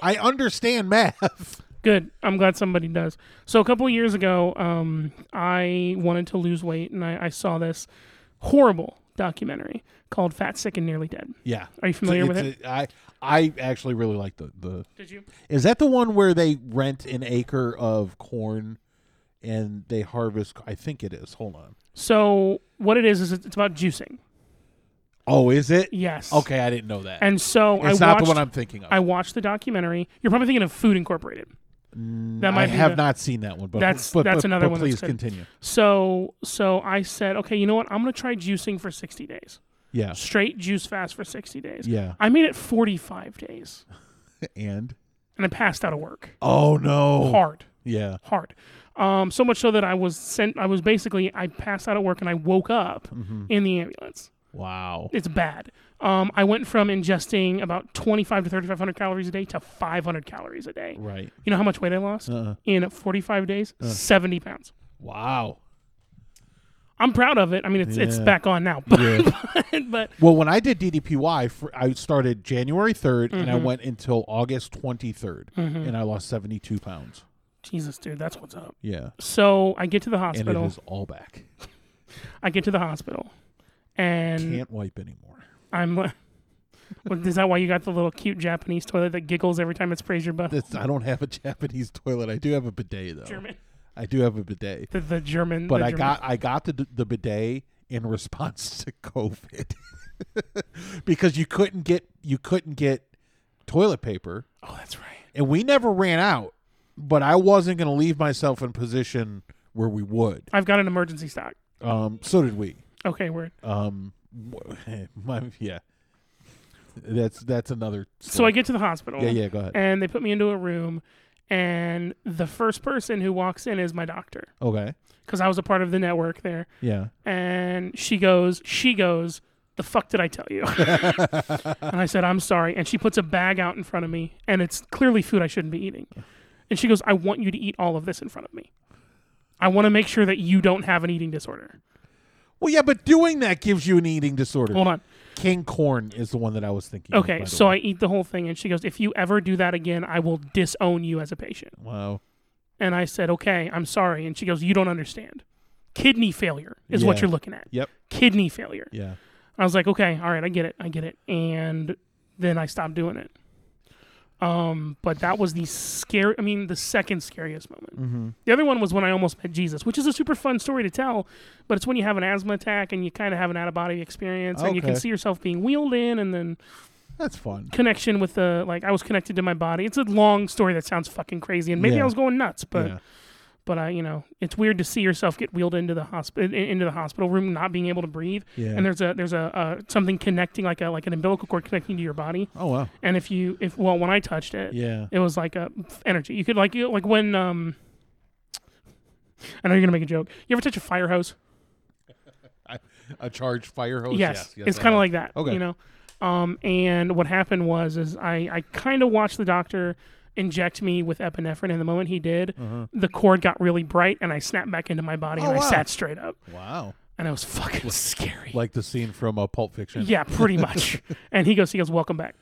S2: I understand math.
S1: good. I'm glad somebody does. So a couple of years ago, um, I wanted to lose weight, and I, I saw this horrible documentary called "Fat, Sick, and Nearly Dead."
S2: Yeah.
S1: Are you familiar with it?
S2: It's a- I I actually really like the the.
S1: Did you?
S2: Is that the one where they rent an acre of corn, and they harvest? I think it is. Hold on.
S1: So what it is is it's about juicing.
S2: Oh, is it?
S1: Yes.
S2: Okay, I didn't know that.
S1: And so
S2: it's
S1: I
S2: not
S1: watched
S2: the one I'm thinking of.
S1: I watched the documentary. You're probably thinking of Food Incorporated. That
S2: Mm, I
S1: might be
S2: have
S1: the-
S2: not seen that one, but
S1: That's-
S2: but,
S1: that's
S2: but-
S1: another
S2: but
S1: one that's
S2: Please
S1: good.
S2: continue.
S1: So so I said, okay, you know what? I'm gonna try juicing for 60 days.
S2: Yeah,
S1: Straight juice fast for 60 days.
S2: yeah,
S1: I made it 45 days,
S2: and
S1: and I passed out of work.
S2: oh no,
S1: Hard,
S2: yeah,
S1: hard. Um, so much so that I was sent. I was basically I passed out at work, and I woke up
S2: Mm-hmm.
S1: in the ambulance.
S2: wow,
S1: It's bad. Um, I went from ingesting about 25 to 3500 calories a day to 500 calories a day.
S2: right, Uh.
S1: You know how much weight I lost
S2: Uh-uh.
S1: in 45 days? 70 pounds.
S2: wow.
S1: I'm proud of it. I mean, it's it's
S2: Yeah.
S1: back on now, but
S2: Yeah.
S1: but,
S2: Well, when I did DDPY, fr- I started January 3rd and
S1: Mm-hmm.
S2: I went until August 23rd and I lost 72 pounds.
S1: Jesus, dude, that's what's up.
S2: Yeah.
S1: So I get to the
S2: And
S1: hospital.
S2: it is all back.
S1: I get to the hospital, and
S2: Can't wipe anymore.
S1: I'm. like- Well, is that why you got the little cute Japanese toilet that giggles every time it sprays your butt?
S2: That's, I don't have a Japanese toilet. I do have a bidet, though.
S1: German,
S2: I do have a bidet.
S1: the, the German,
S2: But
S1: the
S2: I
S1: German-
S2: got I got the, the bidet in response to COVID because you couldn't get you couldn't get toilet paper
S1: Oh, that's right.
S2: and we never ran out. But I wasn't going to leave myself in position where we would.
S1: I've got an emergency stock.
S2: Um, so did we.
S1: Okay, weird.
S2: Um, w- my, yeah, that's that's another.
S1: So I
S2: story.
S1: get to the hospital.
S2: yeah, yeah. Go ahead.
S1: And they put me into a room, and the first person who walks in is my doctor
S2: Okay.
S1: because I was a part of the network there.
S2: Yeah.
S1: and she goes, she goes, the fuck did I tell you? and I said, I'm sorry. And she puts a bag out in front of me, and it's clearly food I shouldn't be eating. And she goes, I want you to eat all of this in front of me. I want to make sure that you don't have an eating disorder.
S2: Well, yeah, but doing that gives you an eating disorder.
S1: Hold on.
S2: King corn is the one that I was thinking. of, by
S1: Okay,
S2: the
S1: so I
S2: way.
S1: eat the whole thing, and she goes, If you ever do that again, I will disown you as a patient.
S2: wow.
S1: And I said, Okay, I'm sorry. And she goes, You don't understand. Kidney failure is what
S2: Yeah.
S1: you're looking at.
S2: Yep.
S1: Kidney failure.
S2: Yeah.
S1: I was like, okay, all right, I get it, I get it, and then I stopped doing it. Um, but that was the scary. I mean, the second scariest moment.
S2: Mm-hmm.
S1: The other one was when I almost met Jesus, which is a super fun story to tell. But it's when you have an asthma attack and you kind of have an out of body experience, and you can
S2: Okay.
S1: see yourself being wheeled in, and then
S2: That's fun.
S1: connection with the like I was connected to my body. It's a long story that sounds fucking crazy, and maybe
S2: Yeah.
S1: I was going nuts, but
S2: yeah.
S1: but I, you know, it's weird to see yourself get wheeled into the hospital into the hospital room, not being able to breathe.
S2: Yeah.
S1: And there's a there's a uh, something connecting like a like an umbilical cord connecting to your body.
S2: Oh wow.
S1: And if you if well, when I touched it,
S2: Yeah.
S1: it was like a energy. You could like you like when um. I know you're gonna make a joke. You ever touch a fire hose?
S2: A charged fire hose.
S1: yes, it's kind of like that.
S2: Okay.
S1: you know. Um, and what happened was is I I kind of watched the doctor inject me with epinephrine, and the moment he did, the cord got really bright, and I snapped back into my body,
S2: Uh-huh. Oh,
S1: and
S2: wow.
S1: I sat straight up,
S2: wow.
S1: and it was fucking scary.
S2: Like the scene from uh, Pulp Fiction.
S1: yeah, pretty much. and he goes, he goes, welcome back.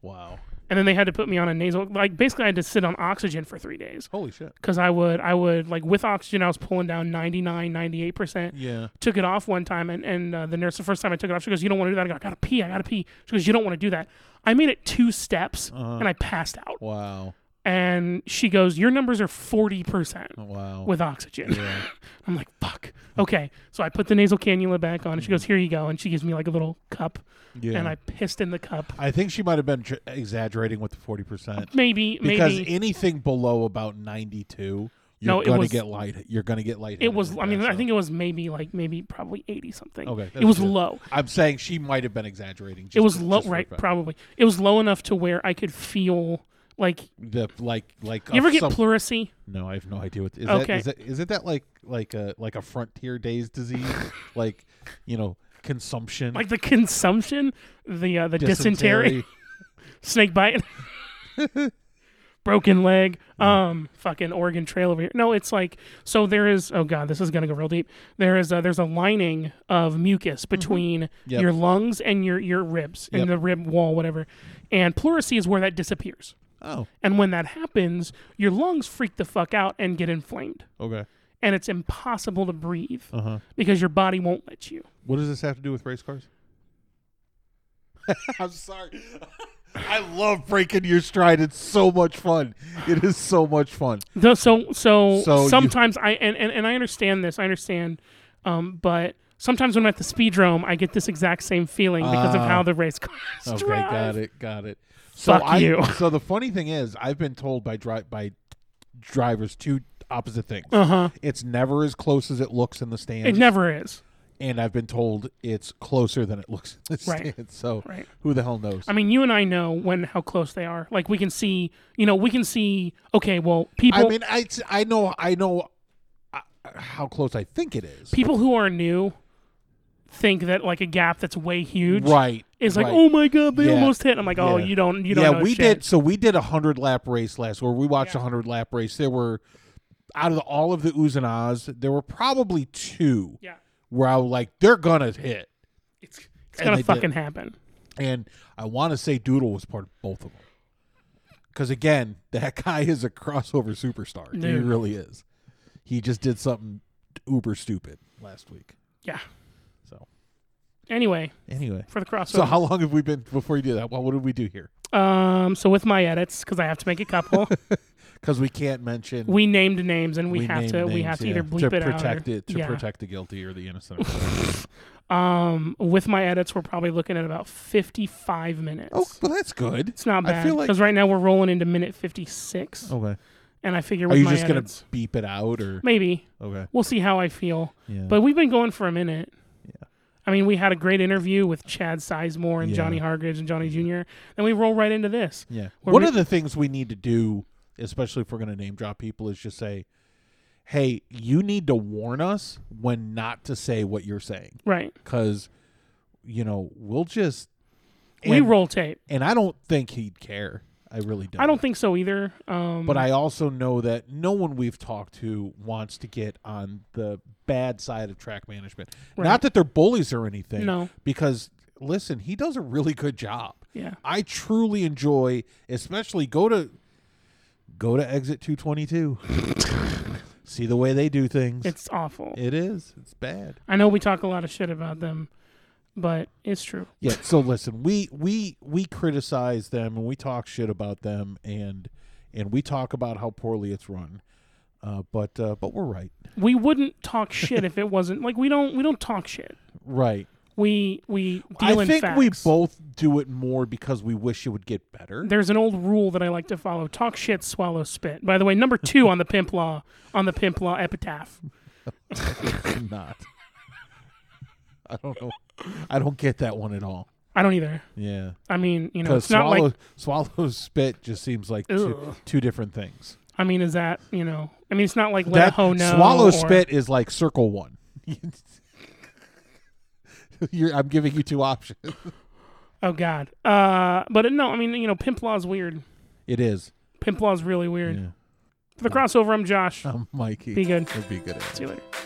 S2: Wow.
S1: and then they had to put me on a nasal, like basically I had to sit on oxygen for three days
S2: Holy shit.
S1: because I would I would like with oxygen I was pulling down 99, 98 percent.
S2: Yeah.
S1: took it off one time, and, and uh, the nurse, the first time I took it off, she goes, You don't want to do that. I go, I gotta pee. I gotta pee. She goes, You don't want to do that. I made it two steps
S2: Uh-huh.
S1: and I passed out.
S2: Wow.
S1: And she goes, Your numbers are 40%
S2: Wow.
S1: with oxygen. I'm like, Fuck. Okay. So I put the nasal cannula back on, and she goes, Here you go. And she gives me like a little cup,
S2: Mm. yeah.
S1: and I pissed in the cup.
S2: I think she might have been tr- exaggerating with the forty percent.
S1: Maybe,
S2: because
S1: maybe.
S2: anything below about 92 you're
S1: No, it
S2: gonna
S1: was-
S2: get light you're gonna get light
S1: It was, I mean, I think it was maybe like, maybe probably 80 something.
S2: Okay,
S1: It
S2: that's
S1: was
S2: good.
S1: low.
S2: i'm saying she might have been exaggerating just
S1: It was
S2: to-
S1: low,
S2: just for a
S1: right?
S2: fact.
S1: Probably. It was low enough to where I could feel like,
S2: the like like
S1: you ever
S2: of
S1: get
S2: some-
S1: pleurisy?
S2: no i have no idea what is
S1: Okay.
S2: that is that is it that like like a like a frontier days disease like you know consumption
S1: like the consumption, the uh, the dysentery, snake bite, broken leg, um, fucking Oregon Trail over here. No, it's like so there is. Oh god, this is gonna go real deep. There is a, there's a lining of mucus between
S2: Mm-hmm. Yep.
S1: your lungs and your your ribs and
S2: Yep.
S1: the rib wall, whatever. And pleurisy is where that disappears.
S2: oh
S1: And when that happens, your lungs freak the fuck out and get inflamed,
S2: okay
S1: and it's impossible to breathe
S2: uh-huh
S1: because your body won't let you.
S2: what does this have to do with race cars i'm sorry I love breaking your stride. It's so much fun. It is so much fun.
S1: No, so so,
S2: So you-
S1: sometimes I and, and and I understand this. I understand Um, but sometimes when I'm at the speedrome, I get this exact same feeling because of
S2: Ah.
S1: how the race cars
S2: Okay,
S1: drive.
S2: got it, got it. So
S1: Fuck
S2: I,
S1: you.
S2: So the funny thing is, I've been told by dri- by drivers two opposite things.
S1: Uh huh.
S2: It's never as close as it looks in the stands,
S1: It never is.
S2: and I've been told it's closer than it looks in the
S1: Right.
S2: stands. So
S1: Right.
S2: who the hell knows?
S1: I mean, you and I know when how close they are. Like we can see, you know, we can see. Okay, well, people
S2: I mean, I I know I know uh, how close I think it is.
S1: people who are new think that like a gap that's way huge
S2: Right.
S1: is like,
S2: right.
S1: oh my god, they
S2: Yeah.
S1: almost hit. I'm like, oh,
S2: Yeah.
S1: you don't, you don't.
S2: yeah,
S1: know
S2: we
S1: shit.
S2: did. So we did a hundred lap race last, or we watched a
S1: Yeah.
S2: hundred lap race. There were out of the, all of the oohs and ahs, there were probably two
S1: Yeah,
S2: where I was like, they're gonna hit,
S1: it's, it's
S2: And
S1: gonna
S2: they did.
S1: fucking happen.
S2: and I want to say Doodle was part of both of them. Because again, that guy is a crossover superstar. He
S1: Dude.
S2: really is. He just did something uber stupid last week.
S1: Yeah.
S2: So
S1: Anyway,
S2: anyway,
S1: for the crossover.
S2: so how long have we been before you do that? Well, what did we do here?
S1: Um, so with my edits, because I have to make a couple,
S2: Because we can't mention
S1: we named names and we, have
S2: name
S1: to we have
S2: names,
S1: to
S2: yeah,
S1: either bleep
S2: to
S1: it out or-
S2: protect it to
S1: yeah.
S2: protect the guilty or the innocent. Oh,
S1: Um, with my edits, we're probably looking at about fifty-five minutes.
S2: oh, well, that's good.
S1: It's not
S2: I
S1: bad
S2: feel like-
S1: because right now we're rolling into minute fifty-six,
S2: Okay.
S1: and I figure
S2: Are
S1: with
S2: you
S1: my
S2: just gonna
S1: edits,
S2: beep it out or
S1: maybe
S2: okay?
S1: we'll see how I feel.
S2: Yeah.
S1: But we've been going for a minute.
S2: Yeah.
S1: I mean, we had a great interview with Chad Sizemore and
S2: Yeah.
S1: Johnny Hargridge and Johnny Jr. Then we roll right into this.
S2: yeah.
S1: Were
S2: One
S1: we-
S2: of the things we need to do, especially if we're gonna name drop people, is just say, "Hey, you need to warn us when not to say what you're saying,
S1: Right.
S2: because you know we'll just."
S1: we
S2: and-
S1: roll tape.
S2: and I don't think he'd care. I really don't.
S1: I don't think so either. Um,
S2: But I also know that no one we've talked to wants to get on the bad side of track management.
S1: Right.
S2: Not that they're bullies or anything.
S1: No.
S2: Because listen, he does a really good job.
S1: yeah.
S2: I truly enjoy, especially go to go to exit 222. See the way they do things.
S1: It's awful.
S2: it is. It's bad.
S1: I know we talk a lot of shit about them, but it's true.
S2: Yeah. So listen, we we we criticize them and we talk shit about them and and we talk about how poorly it's run. Uh, but uh, but we're right,
S1: We wouldn't talk shit if it wasn't like we don't we don't talk shit.
S2: right.
S1: We we
S2: I
S1: deal in
S2: think we
S1: facts.
S2: both do it more because we wish it would get better.
S1: There's an old rule that I like to follow: talk shit, swallow spit. By the way, number two on the pimp law on the pimp law epitaph.
S2: not. I don't know. I don't get that one at all. I
S1: I don't either.
S2: Yeah,
S1: I mean, you know,
S2: because
S1: it's not
S2: swallow
S1: like
S2: swallow spit just seems like two,
S1: Ugh.
S2: two different things.
S1: I mean, is that you know? I mean, it's not like let
S2: that
S1: a ho know.
S2: swallow
S1: oh, or-
S2: spit is like circle one. You're, I'm giving you two options.
S1: Oh God. Uh, but no, I mean, you know, pimp law's weird.
S2: It is.
S1: Pimp law's really weird.
S2: Yeah. Uh,
S1: For the crossover, I'm Josh.
S2: I'm Mikey.
S1: Be good.
S2: It'd be good.
S1: See you later.